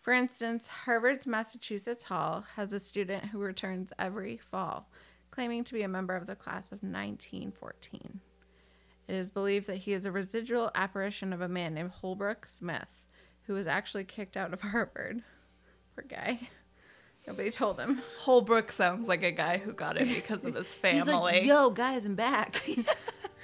[SPEAKER 1] For instance, Harvard's Massachusetts Hall has a student who returns every fall, claiming to be a member of the class of 1914. It is believed that he is a residual apparition of a man named Holbrook Smith, who was actually kicked out of Harvard. Poor guy. Nobody told him.
[SPEAKER 2] Holbrook sounds like a guy who got it because of his family.
[SPEAKER 1] Yo, guys, I'm back.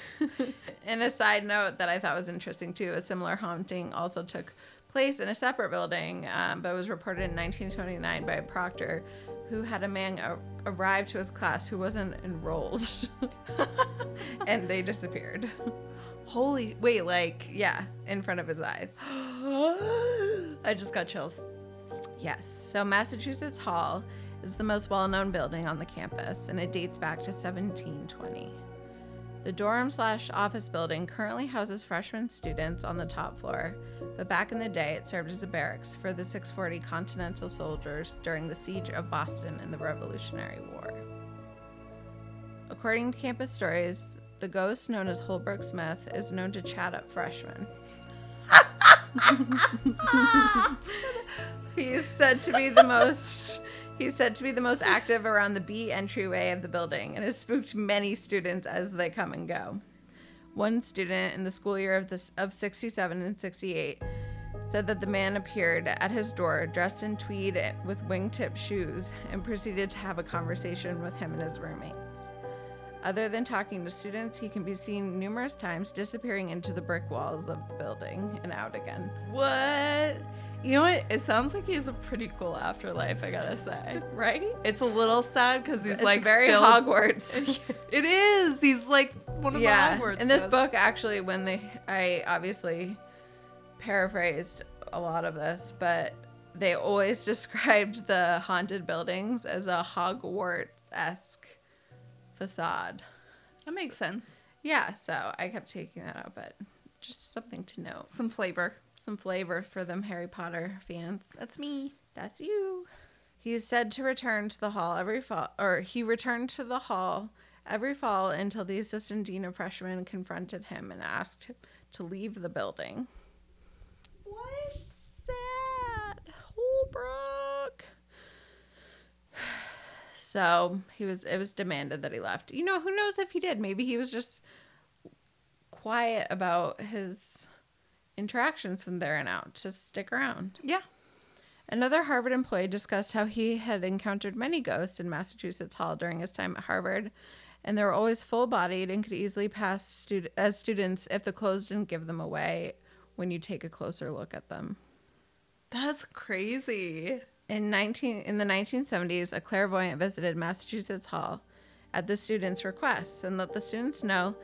[SPEAKER 1] and a side note that I thought was interesting too a similar haunting also took place in a separate building, um, but was reported in 1929 by a proctor who had a man a- arrive to his class who wasn't enrolled. and they disappeared.
[SPEAKER 2] Holy wait, like
[SPEAKER 1] Yeah, in front of his eyes.
[SPEAKER 2] I just got chills.
[SPEAKER 1] Yes. So Massachusetts Hall is the most well-known building on the campus, and it dates back to 1720. The dorm slash office building currently houses freshman students on the top floor, but back in the day it served as a barracks for the 640 Continental soldiers during the siege of Boston in the Revolutionary War. According to campus stories, the ghost known as Holbrook Smith is known to chat up freshmen. He's said to be the most he's said to be the most active around the B entryway of the building and has spooked many students as they come and go. One student in the school year of this of 67 and 68 said that the man appeared at his door dressed in tweed with wingtip shoes and proceeded to have a conversation with him and his roommates. Other than talking to students, he can be seen numerous times disappearing into the brick walls of the building and out again.
[SPEAKER 2] What? You know what? It sounds like he has a pretty cool afterlife, I gotta say. Right? It's a little sad because he's
[SPEAKER 1] It's
[SPEAKER 2] like
[SPEAKER 1] like very
[SPEAKER 2] still.
[SPEAKER 1] Hogwarts.
[SPEAKER 2] it is. He's like one of
[SPEAKER 1] yeah
[SPEAKER 2] the Hogwarts.
[SPEAKER 1] in this
[SPEAKER 2] ghosts.
[SPEAKER 1] book actually when they i obviously paraphrased a lot of this but they always described the haunted buildings as a hogwarts-esque facade
[SPEAKER 2] that makes sense.
[SPEAKER 1] yeah so i kept taking that out but just something to note
[SPEAKER 2] Some flavor.
[SPEAKER 1] some flavor for them harry potter fans
[SPEAKER 2] That's me.
[SPEAKER 1] that's you. He is said to return to the hall every fall, or he returned to the hall every fall until the assistant dean of freshmen confronted him and asked to leave the building. What? Sad. Holbrook. So he was. It was demanded that he left. You know, who knows if he did? Maybe he was just quiet about his interactions from there and out to stick around.
[SPEAKER 2] Yeah.
[SPEAKER 1] Another Harvard employee discussed how he had encountered many ghosts in Massachusetts Hall during his time at Harvard, and they were always full bodied and could easily pass stud- as students if the clothes didn't give them away when you take a closer look at them.
[SPEAKER 2] That's crazy.
[SPEAKER 1] In 19 in the 1970s, a clairvoyant visited Massachusetts Hall at the students' request and let the students know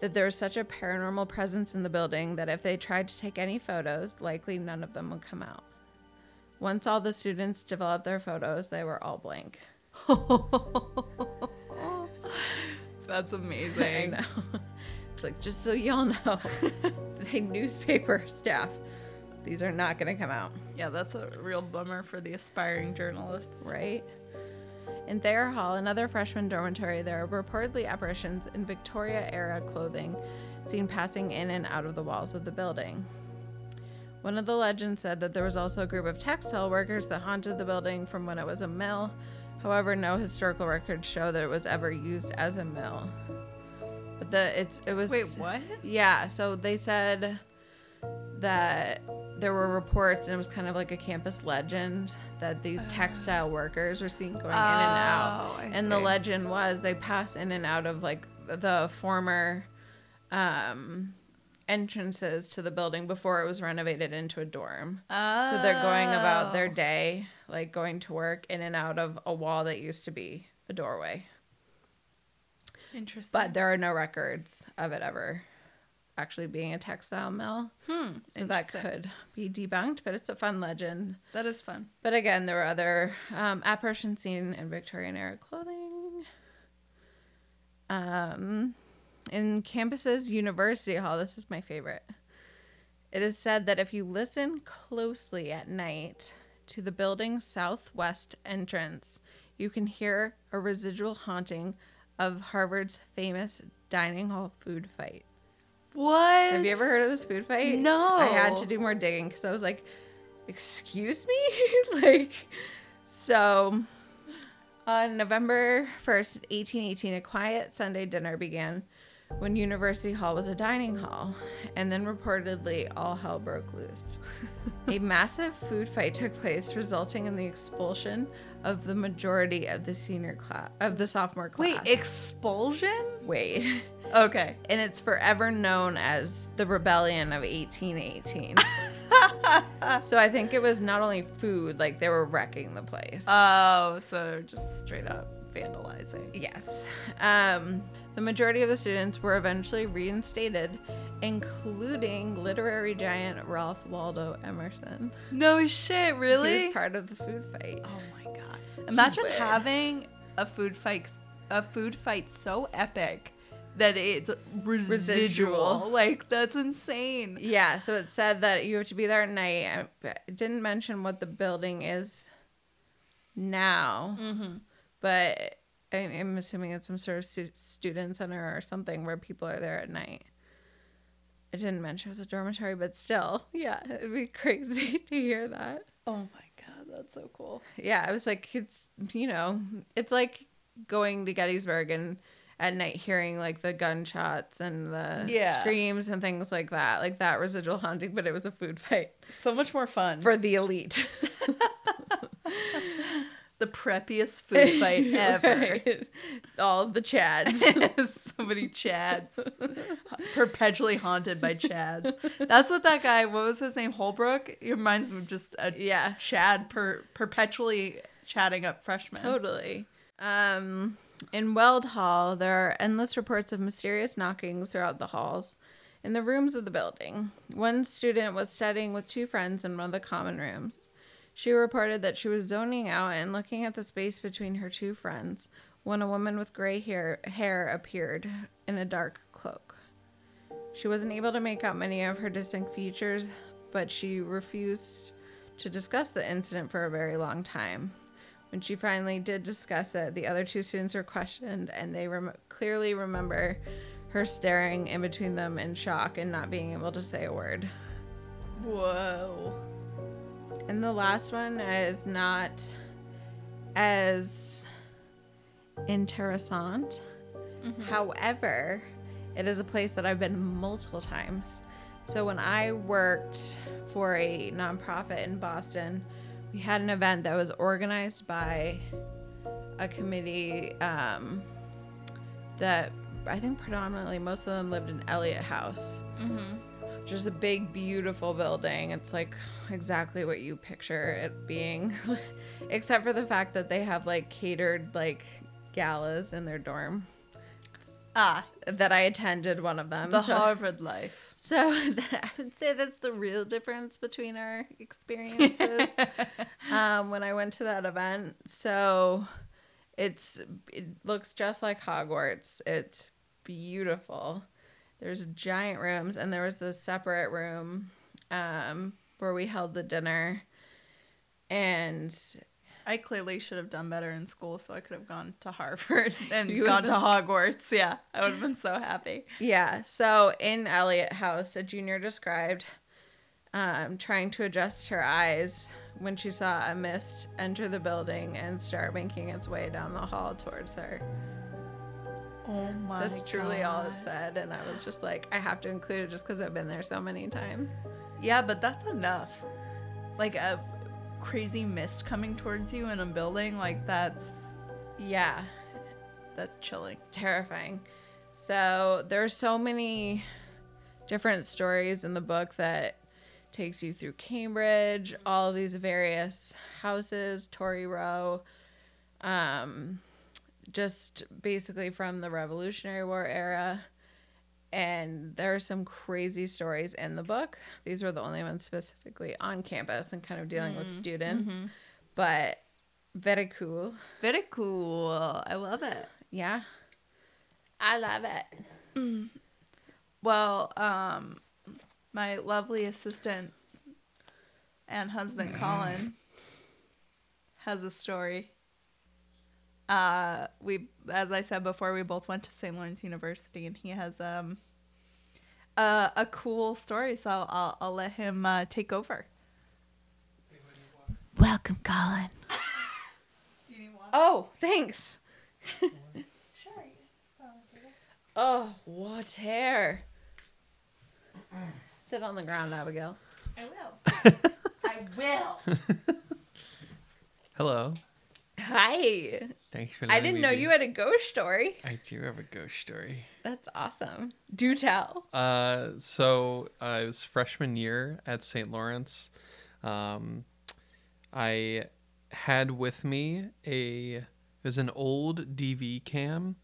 [SPEAKER 1] that there was such a paranormal presence in the building that if they tried to take any photos, likely none of them would come out. Once all the students developed their photos, they were all blank.
[SPEAKER 2] That's
[SPEAKER 1] I
[SPEAKER 2] amazing.
[SPEAKER 1] know. It's like just so y'all know, the newspaper staff, these are not going to come out.
[SPEAKER 2] Yeah, that's a real bummer for the aspiring journalists.
[SPEAKER 1] right? In Thayer Hall, another freshman dormitory, there are reportedly apparitions in Victoria era clothing seen passing in and out of the walls of the building. One of the legends said that there was also a group of textile workers that haunted the building from when it was a mill. However, no historical records show that it was ever used as a mill. But the it's it was
[SPEAKER 2] Wait, what?
[SPEAKER 1] yeah, so they said that there were reports, and it was kind of like a campus legend that these textile workers were seen going in and out.
[SPEAKER 2] Oh, I
[SPEAKER 1] and the
[SPEAKER 2] see.
[SPEAKER 1] legend was they pass in and out of like the former um, entrances to the building before it was renovated into a dorm.
[SPEAKER 2] Oh.
[SPEAKER 1] So they're going about their day, like going to work in and out of a wall that used to be a doorway.
[SPEAKER 2] Interesting.
[SPEAKER 1] But there are no records of it ever actually being a textile mill.
[SPEAKER 2] Hmm.
[SPEAKER 1] So that could be debunked, but it's a fun legend.
[SPEAKER 2] That is fun.
[SPEAKER 1] But again, there were other um, apparitions seen in Victorian era clothing. Um, in Campus's University Hall, this is my favorite. It is said that if you listen closely at night to the building's southwest entrance, you can hear a residual haunting of Harvard's famous dining hall food fight.
[SPEAKER 2] What?
[SPEAKER 1] Have you ever heard of this food fight?
[SPEAKER 2] No.
[SPEAKER 1] I had to do more digging because I was like, excuse me? like, so on November 1st, 1818, a quiet Sunday dinner began when University Hall was a dining hall, and then reportedly all hell broke loose. a massive food fight took place, resulting in the expulsion of the majority of the senior class of the sophomore
[SPEAKER 2] Wait,
[SPEAKER 1] class.
[SPEAKER 2] expulsion?
[SPEAKER 1] wait
[SPEAKER 2] Okay.
[SPEAKER 1] and it's forever known as the rebellion of 1818 so i think it was not only food like they were wrecking the place
[SPEAKER 2] Oh, so just straight up vandalizing.
[SPEAKER 1] yes um, the majority of the students were eventually reinstated including literary giant ralph waldo emerson
[SPEAKER 2] No shit,
[SPEAKER 1] he
[SPEAKER 2] really?
[SPEAKER 1] was part of the food fight
[SPEAKER 2] oh my god. Imagine
[SPEAKER 1] would.
[SPEAKER 2] having a food fight a food fight so epic that it's residual.
[SPEAKER 1] Residual.
[SPEAKER 2] Like that's insane.
[SPEAKER 1] yeah so it said that you have to be there at night it didn't mention what the building is now
[SPEAKER 2] Mm-hmm.
[SPEAKER 1] but I- I'm assuming it's some sort of stu- student center or something where people are there at night. I didn't mention it was a dormitory, but still, yeah, it'd be crazy to hear that.
[SPEAKER 2] Oh my god, that's so cool.
[SPEAKER 1] Yeah, I was like, it's you know, it's like going to Gettysburg and at night hearing like the gunshots and the
[SPEAKER 2] Yeah.
[SPEAKER 1] screams and things like that, like that residual haunting, but it was a food fight
[SPEAKER 2] So much more fun.
[SPEAKER 1] for the elite.
[SPEAKER 2] the preppiest food fight ever.
[SPEAKER 1] Right. All of the Chads.
[SPEAKER 2] so many Chads. Perpetually haunted by Chads. That's what that guy, what was his name? Holbrook? He reminds me of just a
[SPEAKER 1] yeah.
[SPEAKER 2] Chad per- perpetually chatting up freshmen.
[SPEAKER 1] Totally. Um, in Weld Hall, there are endless reports of mysterious knockings throughout the halls in the rooms of the building. One student was studying with two friends in one of the common rooms. She reported that she was zoning out and looking at the space between her two friends when a woman with gray hair, hair appeared in a dark cloak. She wasn't able to make out many of her distinct features, but she refused to discuss the incident for a very long time. When she finally did discuss it, the other two students were questioned, and they rem- clearly remember her staring in between them in shock and not being able to say a word.
[SPEAKER 2] Whoa.
[SPEAKER 1] And the last one is not as interessant. However, it is a place that I've been multiple times. So when I worked for a nonprofit in Boston, we had an event that was organized by a committee um, that I think predominantly most of them lived in Elliott House just a big beautiful building it's like exactly what you picture it being except for the fact that they have like catered like galas in their dorm
[SPEAKER 2] Ah,
[SPEAKER 1] that i attended one of them
[SPEAKER 2] the
[SPEAKER 1] so,
[SPEAKER 2] Harvard life.
[SPEAKER 1] so i would say that's the real difference between our experiences um, when i went to that event so it's it looks just like hogwarts it's beautiful there's giant rooms and there was this separate room um, where we held the dinner and
[SPEAKER 2] I clearly should have done better in school, so I could have gone to Harvard and
[SPEAKER 1] You
[SPEAKER 2] gone
[SPEAKER 1] would've
[SPEAKER 2] to Hogwarts. Yeah, I would have been so happy.
[SPEAKER 1] yeah so in elliot house a junior described um, trying to adjust her eyes when she saw a mist enter the building and start making its way down the hall towards her
[SPEAKER 2] Oh my
[SPEAKER 1] that's truly all it said and i was just like i have to include it just because i've been there so many times
[SPEAKER 2] Yeah, but that's enough. Like a crazy mist coming towards you in a building, like that's
[SPEAKER 1] yeah
[SPEAKER 2] that's chilling.
[SPEAKER 1] terrifying. So there are so many different stories in the book that takes you through Cambridge, all of these various houses, Tory Row, um, just basically from the Revolutionary War era, And there are some crazy stories in the book. These were the only ones specifically on campus and kind of dealing with students, but very cool.
[SPEAKER 2] Very cool. I love it.
[SPEAKER 1] Yeah.
[SPEAKER 2] I love it.
[SPEAKER 1] Mm.
[SPEAKER 2] Well, um, my lovely assistant and husband Colin has a story. Uh, we, as I said before, we both went to St. Lawrence University, and he has um a, a cool story. So I'll I'll let him uh, take over.
[SPEAKER 1] Welcome, Colin. Oh, thanks. Oh, what hair. Sit on the ground, Abigail.
[SPEAKER 2] I will. I will.
[SPEAKER 4] Hello.
[SPEAKER 1] Hi.
[SPEAKER 4] Thanks for.
[SPEAKER 1] I
[SPEAKER 4] Letting
[SPEAKER 1] didn't
[SPEAKER 4] me
[SPEAKER 1] know
[SPEAKER 4] be-
[SPEAKER 1] you had a ghost story.
[SPEAKER 4] I do have a ghost story.
[SPEAKER 1] That's awesome. Do tell.
[SPEAKER 4] Uh, so uh, it was freshman year at St. Lawrence. Um, I had with me a it was an old DV cam,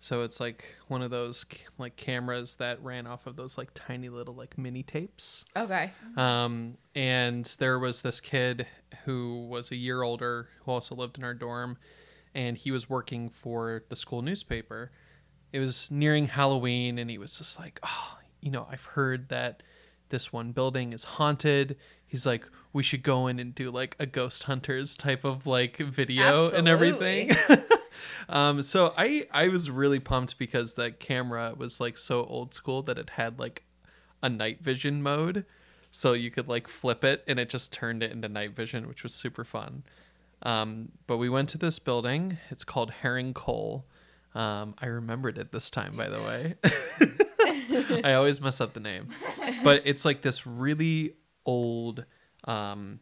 [SPEAKER 4] so it's like one of those c- like cameras that ran off of those like tiny little like mini tapes.
[SPEAKER 1] Okay.
[SPEAKER 4] Um, and there was this kid who was a year older who also lived in our dorm, and he was working for the school newspaper. It was nearing Halloween, and he was just like, Oh, you know, I've heard that this one building is haunted. He's like, We should go in and do like a ghost hunters type of like video and everything. Um, so I I was really pumped because that camera was like so old school that it had like a night vision mode, so you could like flip it and it just turned it into night vision, which was super fun. Um, but we went to this building. It's called Herring Coal. Um, I remembered it this time, by the way. I always mess up the name, but it's like this really old. Um,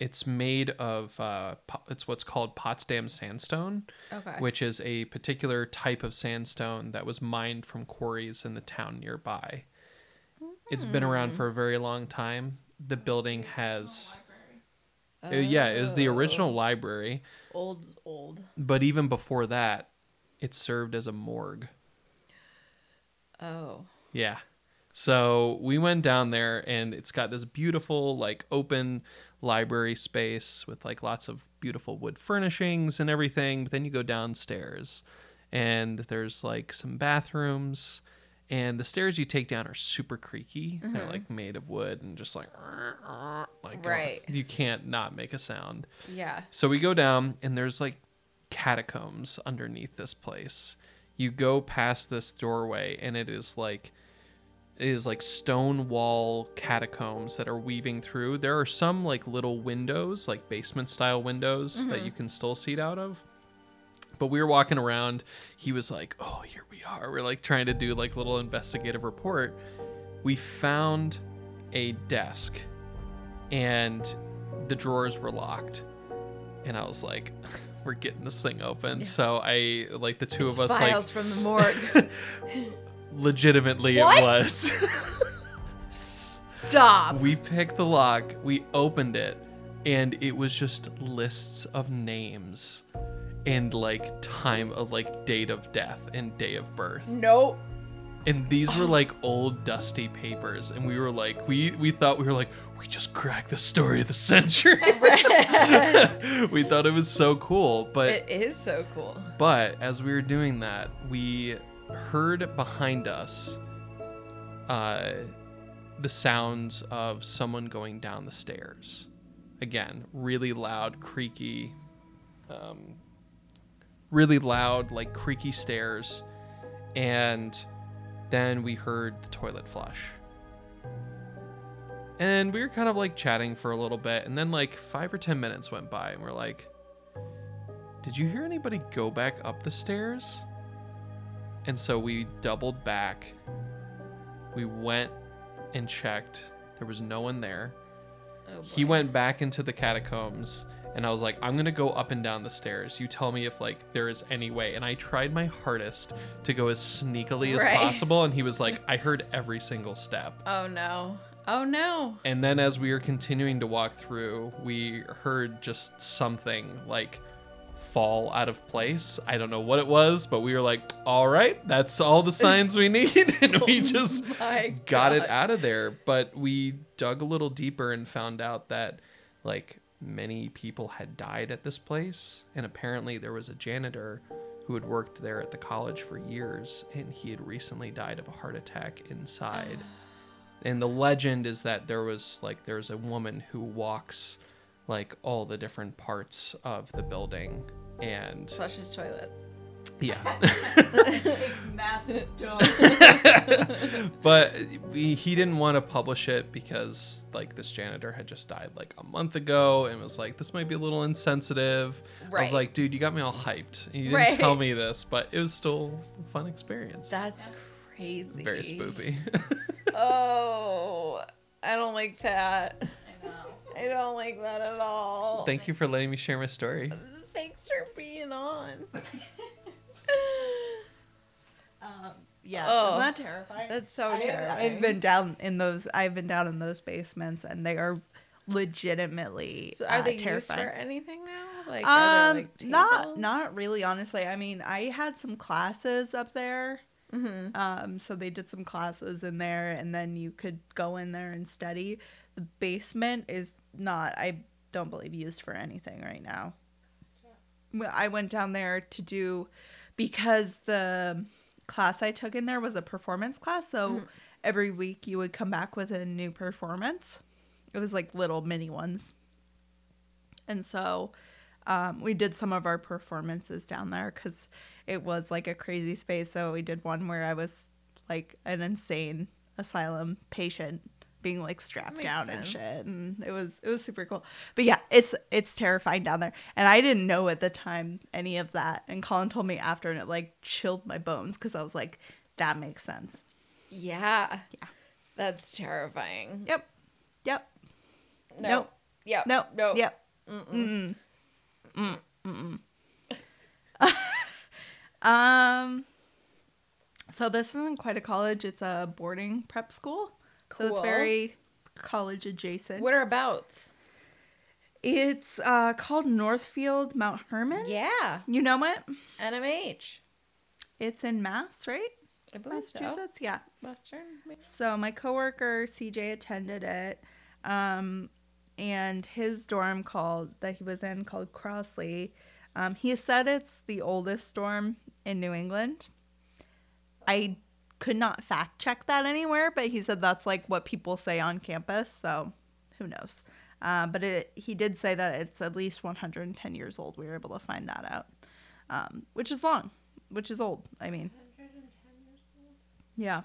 [SPEAKER 4] it's made of uh, po- it's what's called Potsdam sandstone
[SPEAKER 1] Okay.
[SPEAKER 4] which is a particular type of sandstone that was mined from quarries in the town nearby. It's been around for a very long time. The building has, uh, yeah, it was the original library,
[SPEAKER 1] Old, old.
[SPEAKER 4] but even before that, it served as a morgue.
[SPEAKER 1] Oh.
[SPEAKER 4] Yeah. So we went down there and it's got this beautiful like open library space with like lots of beautiful wood furnishings and everything. But then you go downstairs and there's like some bathrooms and the stairs you take down are super creaky. They're like made of wood and just like like uh,
[SPEAKER 1] Right.
[SPEAKER 4] you can't not make a sound.
[SPEAKER 1] Yeah.
[SPEAKER 4] So we go down, and there's like catacombs underneath this place. You go past this doorway, and it is like it is like stone wall catacombs that are weaving through. There are some like little windows, like basement style windows, that you can still seat out of. But we were walking around. He was like, "Oh, here we are." We're like trying to do like little investigative report. We found a desk, and the drawers were locked and I was like, "We're getting this thing open." So I like the two of us like
[SPEAKER 1] Files from the morgue.
[SPEAKER 4] legitimately
[SPEAKER 1] What?
[SPEAKER 4] it was.
[SPEAKER 1] Stop.
[SPEAKER 4] we picked the lock, we opened it, and it was just lists of names and like time of like date of death and day of birth.
[SPEAKER 2] Nope.
[SPEAKER 4] And these were like old dusty papers and we were like we we thought we were like we just cracked the story of the century. we thought it was so cool, but
[SPEAKER 1] It is so cool.
[SPEAKER 4] But as we were doing that, we heard behind us uh, the sounds of someone going down the stairs. Again, really loud, creaky, um, really loud, like creaky stairs. And then we heard the toilet flush. And we were kind of like chatting for a little bit. And then like five or 10 minutes went by, and we're like, did you hear anybody go back up the stairs? And so we doubled back. We went and checked. There was no one there.
[SPEAKER 1] Oh,
[SPEAKER 4] He
[SPEAKER 1] boy.
[SPEAKER 4] went back into the catacombs, and I was like, I'm gonna go up and down the stairs. You tell me if like there is any way. And I tried my hardest to go as sneakily as
[SPEAKER 1] Right.
[SPEAKER 4] possible, and he was like, I heard every single step.
[SPEAKER 1] Oh no. Oh no.
[SPEAKER 4] And then as we were continuing to walk through, we heard just something like fall out of place. I don't know what it was, but we were like, all right, that's all the signs we need. and we just
[SPEAKER 1] Oh my
[SPEAKER 4] got it
[SPEAKER 1] God.
[SPEAKER 4] out of there. But we dug a little deeper and found out that, like, many people had died at this place. And apparently, there was a janitor who had worked there at the college for years, and he had recently died of a heart attack inside. and the legend is that there was, like, there's a woman who walks, like, all the different parts of the building. And
[SPEAKER 1] Flushes toilets.
[SPEAKER 4] yeah.
[SPEAKER 2] takes massive dough.
[SPEAKER 4] but we, he didn't want to publish it because like this janitor had just died like a month ago and was like this might be a little insensitive i was
[SPEAKER 1] Right.
[SPEAKER 4] like dude you got me all hyped you didn't
[SPEAKER 1] Right.
[SPEAKER 4] tell me this but it was still a fun experience
[SPEAKER 1] That's crazy.
[SPEAKER 4] very spoopy
[SPEAKER 1] Oh, I don't like that.
[SPEAKER 2] I know.
[SPEAKER 1] I don't like that at all.
[SPEAKER 4] thank you for letting me share my story
[SPEAKER 1] Thanks for being on.
[SPEAKER 2] Um, yeah,
[SPEAKER 1] Oh,
[SPEAKER 2] isn't that terrifying?
[SPEAKER 1] That's so
[SPEAKER 2] I-
[SPEAKER 1] terrifying.
[SPEAKER 2] I've been down in those. I've been down in those basements, and they are legitimately
[SPEAKER 1] So are
[SPEAKER 2] uh,
[SPEAKER 1] they
[SPEAKER 2] terrifying.
[SPEAKER 1] used for anything now? Like, are
[SPEAKER 2] um,
[SPEAKER 1] there, like
[SPEAKER 2] not not really. Honestly, I mean, I had some classes up there.
[SPEAKER 1] Mm-hmm.
[SPEAKER 2] Um, so they did some classes in there, and then you could go in there and study. The basement is not, I don't believe, used for anything right now. Well, I went down there to do because the class I took in there was a performance class, so
[SPEAKER 1] Mm-hmm.
[SPEAKER 2] every week you would come back with a new performance. It was like little mini ones, and so um, we did some of our performances down there because it was like a crazy space. So we did one where I was like an insane asylum patient being like strapped
[SPEAKER 1] Makes
[SPEAKER 2] down
[SPEAKER 1] sense.
[SPEAKER 2] and shit and it was it was super cool but yeah it's it's terrifying down there and i didn't know at the time any of that and colin told me after and it like chilled my bones because i was like that makes sense
[SPEAKER 1] Yeah. Yeah. That's terrifying.
[SPEAKER 2] yep yep
[SPEAKER 1] No.
[SPEAKER 2] Nope.
[SPEAKER 1] Yep.
[SPEAKER 2] no
[SPEAKER 1] No. Mm,
[SPEAKER 2] yep Mm-mm. Mm-mm. um so this isn't quite a college it's a boarding prep school so it's
[SPEAKER 1] Cool.
[SPEAKER 2] very college adjacent
[SPEAKER 1] Whereabouts?
[SPEAKER 2] It's uh, called Northfield Mount Herman.
[SPEAKER 1] Yeah.
[SPEAKER 2] You know it?
[SPEAKER 1] NMH.
[SPEAKER 2] It's in Mass, right?
[SPEAKER 1] I believe so.
[SPEAKER 2] Massachusetts. Yeah.
[SPEAKER 1] Western. maybe?
[SPEAKER 2] So my coworker CJ attended it, um, and his dorm called that he was in called Crossley. Um, he said it's the oldest dorm in New England. I could not fact check that anywhere, but he said that's like what people say on campus. So who knows? Uh, but it, he did say that it's at least 110 years old. We were able to find that out, um, which is long, which is old. I mean, yeah.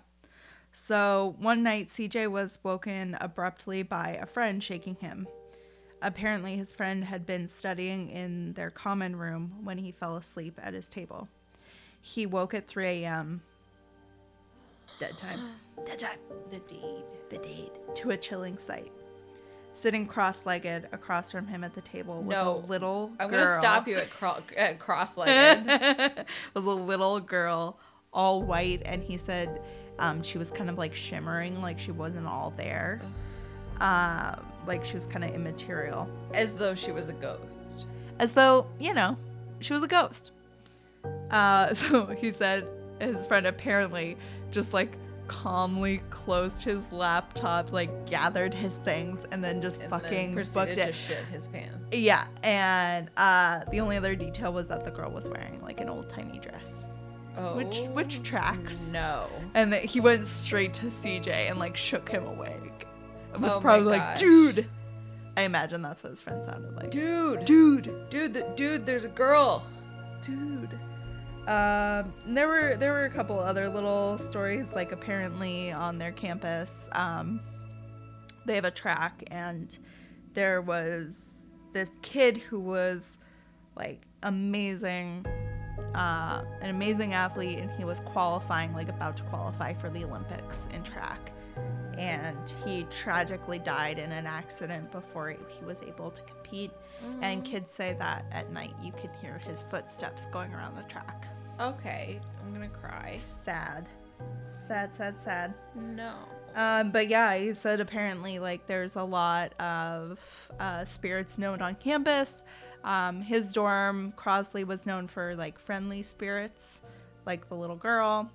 [SPEAKER 2] So one night, CJ was woken abruptly by a friend shaking him. Apparently, his friend had been studying in their common room when he fell asleep at his table. He woke at 3 a.m. Dead time. Dead time
[SPEAKER 1] The deed.
[SPEAKER 2] the date to a chilling sight. Sitting cross-legged across from him at the table was
[SPEAKER 1] No.
[SPEAKER 2] a little
[SPEAKER 1] I'm
[SPEAKER 2] girl.
[SPEAKER 1] gonna stop you at, cro- at cross-legged.
[SPEAKER 2] was a little girl, all white, and he said um, she was kind of like shimmering, like she wasn't all there, uh, like she was kind of immaterial,
[SPEAKER 1] as though she was a ghost.
[SPEAKER 2] as though you know she was a ghost. Uh, so he said his friend apparently just like calmly closed his laptop, like gathered his things, and then just
[SPEAKER 1] And then
[SPEAKER 2] fucking
[SPEAKER 1] proceeded
[SPEAKER 2] booked
[SPEAKER 1] to
[SPEAKER 2] it.
[SPEAKER 1] shit his pants.
[SPEAKER 2] Yeah, and uh, the only other detail was that the girl was wearing like an old timey dress,
[SPEAKER 1] Oh.
[SPEAKER 2] which which tracks.
[SPEAKER 1] No.
[SPEAKER 2] And that he went straight to CJ and like shook him awake. It was
[SPEAKER 1] Oh my
[SPEAKER 2] probably like,
[SPEAKER 1] gosh.
[SPEAKER 2] dude. I imagine that's what his friend sounded like.
[SPEAKER 1] Dude.
[SPEAKER 2] dude,
[SPEAKER 1] Dude. The, dude. There's a girl.
[SPEAKER 2] dude. Um, and there were there were a couple other little stories like apparently on their campus. Um, they have a track and there was this kid who was like amazing uh, an amazing athlete and he was qualifying like about to qualify for the olympics in track and he tragically died in an accident before he was able to compete and kids say that at night you can hear his footsteps going around the track
[SPEAKER 1] Okay. I'm gonna cry.
[SPEAKER 2] sad sad sad sad
[SPEAKER 1] No.
[SPEAKER 2] um, but yeah, he said apparently like there's a lot of uh, spirits known on campus. Um, his dorm, Crosley, was known for like friendly spirits, like the little girl.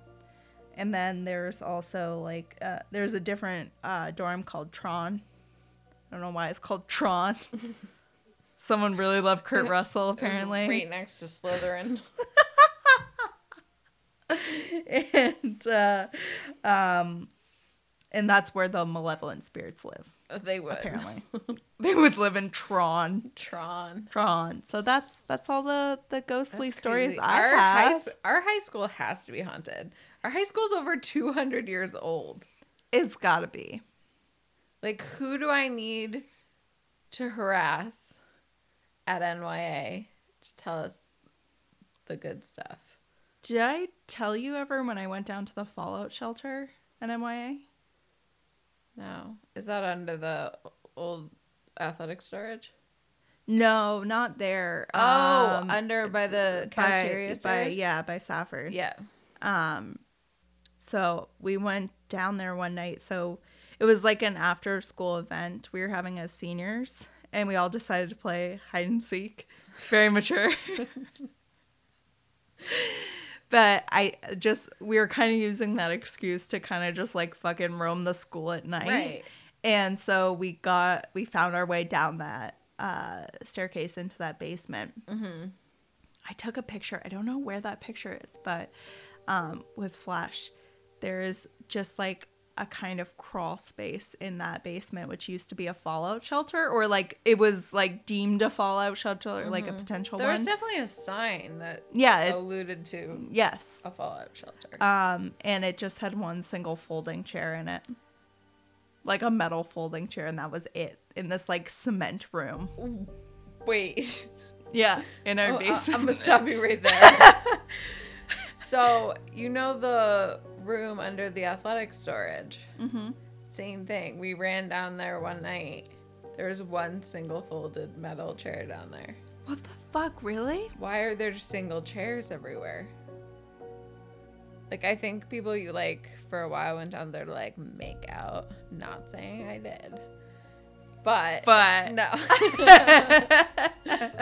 [SPEAKER 2] And then there's also like uh, there's a different uh, dorm called Tron. I don't know why it's called Tron. Someone really loved Kurt Russell apparently.
[SPEAKER 1] right next to Slytherin.
[SPEAKER 2] and uh, um, and that's where the malevolent spirits live.
[SPEAKER 1] they would.
[SPEAKER 2] Apparently, they would live in Tron.
[SPEAKER 1] Tron.
[SPEAKER 2] Tron. So that's that's all the the ghostly
[SPEAKER 1] That's
[SPEAKER 2] stories
[SPEAKER 1] crazy.
[SPEAKER 2] I
[SPEAKER 1] our High,
[SPEAKER 2] have.
[SPEAKER 1] s- our high school has to be haunted. Our high school's over 200 years old.
[SPEAKER 2] It's gotta be.
[SPEAKER 1] Like, who do I need to harass at NYA to tell us the good stuff?
[SPEAKER 2] Did I tell you ever when I went down to the fallout shelter at NYA?
[SPEAKER 1] No. Is that under the old athletic storage?
[SPEAKER 2] No, not there.
[SPEAKER 1] Oh,
[SPEAKER 2] Um,
[SPEAKER 1] under by the
[SPEAKER 2] by-
[SPEAKER 1] cafeteria
[SPEAKER 2] by,
[SPEAKER 1] stairs?
[SPEAKER 2] yeah, by Safford.
[SPEAKER 1] Yeah.
[SPEAKER 2] Um, so we went down there one night. So it was like an after school event we were having as seniors, and we all decided to play hide and seek. Very mature. but I just, we were kind of using that excuse to kind of just like fucking roam the school at night.
[SPEAKER 1] Right.
[SPEAKER 2] And so we got, we found our way down that uh, staircase into that basement.
[SPEAKER 1] Mm-hmm.
[SPEAKER 2] I took a picture. I don't know where that picture is, but um, with Flash, there is just like a kind of crawl space in that basement, which used to be a fallout shelter, or like it was like deemed a fallout shelter, or like a potential
[SPEAKER 1] Mm-hmm. There Oh. was
[SPEAKER 2] one.
[SPEAKER 1] definitely a sign that
[SPEAKER 2] yeah. It,
[SPEAKER 1] alluded to
[SPEAKER 2] yes.
[SPEAKER 1] a fallout shelter.
[SPEAKER 2] Um, and it just had one single folding chair in it, like a metal folding chair, and that was it in this like cement room.
[SPEAKER 1] Wait.
[SPEAKER 2] Yeah, in our
[SPEAKER 1] Oh, I-
[SPEAKER 2] basement.
[SPEAKER 1] I'm gonna stop you right there. so you know the room under the athletic storage.
[SPEAKER 2] Mhm.
[SPEAKER 1] Same thing. We ran down there one night. There was one single folded metal chair down there.
[SPEAKER 2] What the fuck, really?
[SPEAKER 1] Why are there single chairs everywhere? Like I think people you like for a while went down there to like make out. Not saying I did. But
[SPEAKER 2] But
[SPEAKER 1] no.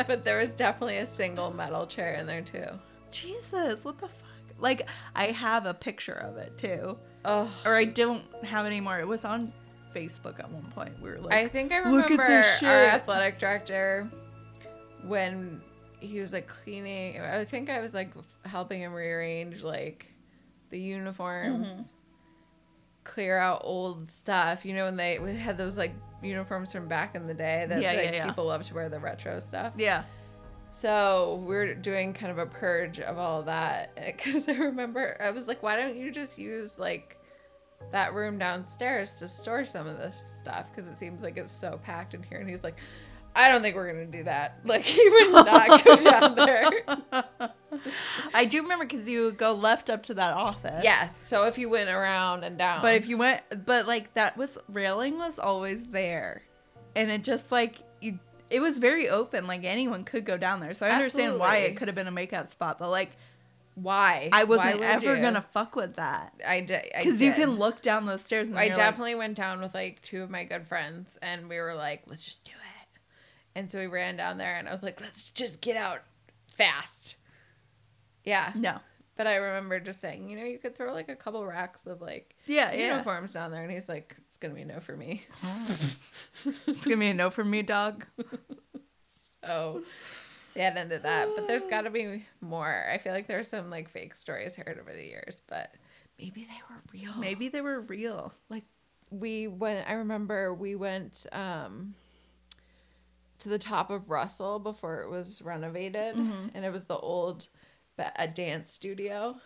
[SPEAKER 1] but there was definitely a single metal chair in there too.
[SPEAKER 2] Jesus, what the fuck? Like, I have a picture of it too,
[SPEAKER 1] Oh,
[SPEAKER 2] or I don't have any more. It was on Facebook at one point. We were like,
[SPEAKER 1] I think I remember
[SPEAKER 2] "Look at this
[SPEAKER 1] our
[SPEAKER 2] shit."
[SPEAKER 1] athletic director when he was like cleaning. I think I was like helping him rearrange like the uniforms,
[SPEAKER 2] Mm-hmm.
[SPEAKER 1] clear out old stuff. You know when they we had those like uniforms from back in the day that
[SPEAKER 2] Yeah,
[SPEAKER 1] like,
[SPEAKER 2] yeah, yeah.
[SPEAKER 1] people love to wear the retro stuff.
[SPEAKER 2] yeah,
[SPEAKER 1] So we're doing kind of a purge of all that because I remember I was like, why don't you just use like that room downstairs to store some of this stuff because it seems like it's so packed in here. And he's like, I don't think we're gonna do that. Like he would not go down there.
[SPEAKER 2] I do remember because you would go left up to that office.
[SPEAKER 1] yes. So if you went around and down,
[SPEAKER 2] but if you went, but like that was railing was always there, and it just like you, it was very open. Like anyone could go down there, so I understand why
[SPEAKER 1] Absolutely.
[SPEAKER 2] it could have been a makeup spot. But like,
[SPEAKER 1] why
[SPEAKER 2] I
[SPEAKER 1] Why
[SPEAKER 2] wasn't
[SPEAKER 1] would
[SPEAKER 2] ever
[SPEAKER 1] you?
[SPEAKER 2] gonna fuck with that
[SPEAKER 1] I did
[SPEAKER 2] because you can look down those stairs. And
[SPEAKER 1] I
[SPEAKER 2] you're like,
[SPEAKER 1] definitely went down with like two of my good friends and we were like, let's just do it. And so we ran down there and I was like, let's just get out fast. Yeah.
[SPEAKER 2] no.
[SPEAKER 1] But I remember just saying, you know, you could throw like a couple racks of like
[SPEAKER 2] Yeah, yeah.
[SPEAKER 1] uniforms down there. And he's like, it's going to be no for me.
[SPEAKER 2] It's gonna be a no from me, dog.
[SPEAKER 1] So that ended that. But there's got to be more. I feel like there's some like fake stories heard over the years, but maybe they were real.
[SPEAKER 2] Maybe they were real.
[SPEAKER 1] we went i remember we went um to the top of russell before it was renovated
[SPEAKER 2] Mm-hmm.
[SPEAKER 1] and it was the old ba- a dance studio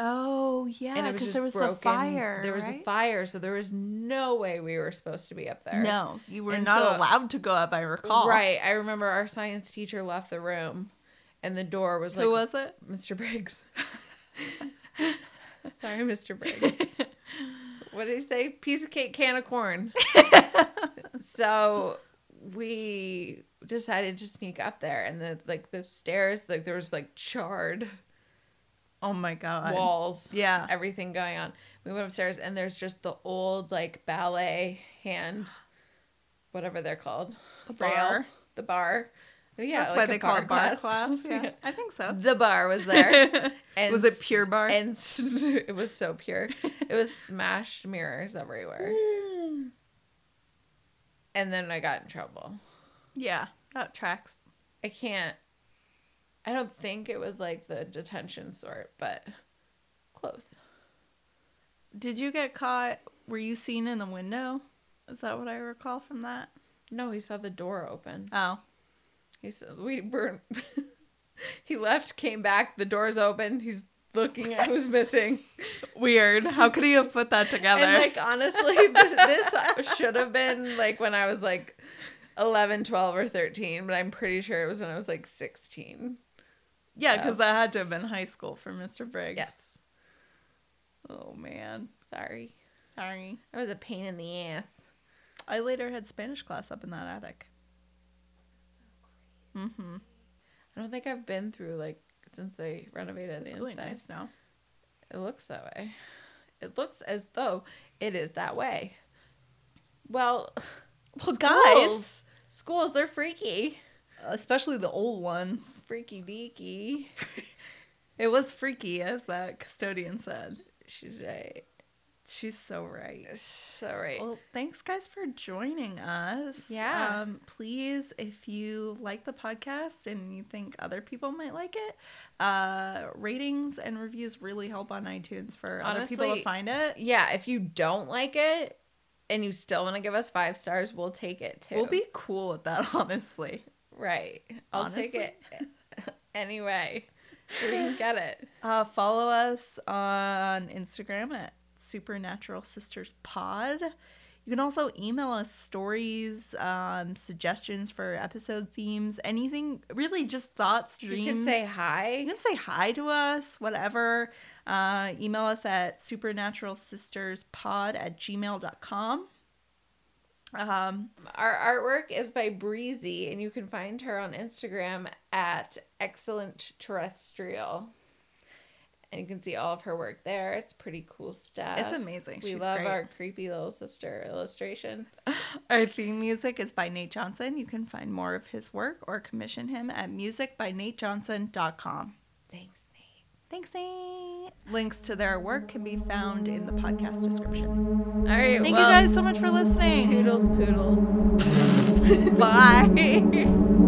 [SPEAKER 2] Oh yeah,
[SPEAKER 1] and it was
[SPEAKER 2] because
[SPEAKER 1] just
[SPEAKER 2] there was
[SPEAKER 1] broken.
[SPEAKER 2] the fire.
[SPEAKER 1] there was a fire so there was no way we were supposed to be up there
[SPEAKER 2] No, you were
[SPEAKER 1] And
[SPEAKER 2] not
[SPEAKER 1] so-
[SPEAKER 2] allowed to go up. I recall.
[SPEAKER 1] right i remember our science teacher left the room and the door was like
[SPEAKER 2] Who was it?
[SPEAKER 1] mr briggs sorry mr briggs what did he say? Piece of cake, can of corn. so we decided to sneak up there, and the like the stairs, like there was like charred
[SPEAKER 2] Oh my god.
[SPEAKER 1] walls,
[SPEAKER 2] Yeah.
[SPEAKER 1] everything going on. We went upstairs, and there's just the old like ballet hand, whatever they're called,
[SPEAKER 2] The bar.
[SPEAKER 1] the bar, Yeah,
[SPEAKER 2] That's
[SPEAKER 1] like
[SPEAKER 2] why
[SPEAKER 1] a
[SPEAKER 2] they call it bar class. Yeah,
[SPEAKER 1] Yeah.
[SPEAKER 2] I think so.
[SPEAKER 1] The bar was there. And
[SPEAKER 2] Was it
[SPEAKER 1] s-
[SPEAKER 2] pure bar?
[SPEAKER 1] And s- it was so pure. It was smashed mirrors everywhere. Hmm. And then I got in trouble.
[SPEAKER 2] yeah, that tracks.
[SPEAKER 1] I can't. I don't think it was like the detention sort, but close.
[SPEAKER 2] Did you get caught? Were you seen in the window? Is that what I recall from that?
[SPEAKER 1] No, he saw the door open.
[SPEAKER 2] Oh,
[SPEAKER 1] He said, "We were." he left, came back. The door's open. He's looking at who's missing.
[SPEAKER 2] weird. How could he have put that together?
[SPEAKER 1] And like honestly, this, this should have been like when I was like 11, 12 or 13, but I'm pretty sure it was when I was like 16.
[SPEAKER 2] yeah,
[SPEAKER 1] so.
[SPEAKER 2] because that had to have been high school for Mr. Briggs.
[SPEAKER 1] Yes.
[SPEAKER 2] Oh man,
[SPEAKER 1] Sorry.
[SPEAKER 2] sorry.
[SPEAKER 1] That was a pain in the ass.
[SPEAKER 2] I later had Spanish class up in that attic. Mm-hmm.
[SPEAKER 1] I don't think I've been through like since they renovated
[SPEAKER 2] It's
[SPEAKER 1] the
[SPEAKER 2] really
[SPEAKER 1] inside.
[SPEAKER 2] nice now.
[SPEAKER 1] It looks that way. It looks as though it is that way. Well,
[SPEAKER 2] Well,
[SPEAKER 1] schools- schools they're freaky.
[SPEAKER 2] guys, especially the old one.
[SPEAKER 1] Freaky deaky.
[SPEAKER 2] It was freaky, as that custodian said.
[SPEAKER 1] She's right.
[SPEAKER 2] She's so right.
[SPEAKER 1] So right.
[SPEAKER 2] Well, thanks guys for joining us.
[SPEAKER 1] Yeah.
[SPEAKER 2] Um, please, if you like the podcast and you think other people might like it, uh, ratings and reviews really help on iTunes for other people to
[SPEAKER 1] Honestly,
[SPEAKER 2] find it.
[SPEAKER 1] yeah, if you don't like it and you still want to give us five stars, we'll take it too.
[SPEAKER 2] We'll be cool with that, honestly.
[SPEAKER 1] right. I'll take
[SPEAKER 2] Honestly.
[SPEAKER 1] it anyway. We can get it.
[SPEAKER 2] Uh, follow us on Instagram at Supernatural Sisters Pod. You can also email us stories, um, suggestions for episode themes, anything really just thoughts, dreams.
[SPEAKER 1] You can say
[SPEAKER 2] You
[SPEAKER 1] hi.
[SPEAKER 2] can say hi to us, whatever. Uh, email us at supernaturalsisterspod at gmail.com. Um,
[SPEAKER 1] Our artwork is by Breezy, and you can find her on Instagram at Excellent Terrestrial. And you can see all of her work there. It's pretty cool stuff.
[SPEAKER 2] It's amazing.
[SPEAKER 1] We
[SPEAKER 2] She's
[SPEAKER 1] love
[SPEAKER 2] great.
[SPEAKER 1] our creepy little sister illustration.
[SPEAKER 2] Our theme music is by Nate Johnson. You can find more of his work or commission him at musicbynatejohnson.com.
[SPEAKER 1] Thanks, Nate.
[SPEAKER 2] Thanks, Nate. Links to their work can be found in the podcast description.
[SPEAKER 1] All right.
[SPEAKER 2] Thank
[SPEAKER 1] well,
[SPEAKER 2] you guys so much for listening.
[SPEAKER 1] Toodles, poodles.
[SPEAKER 2] Bye.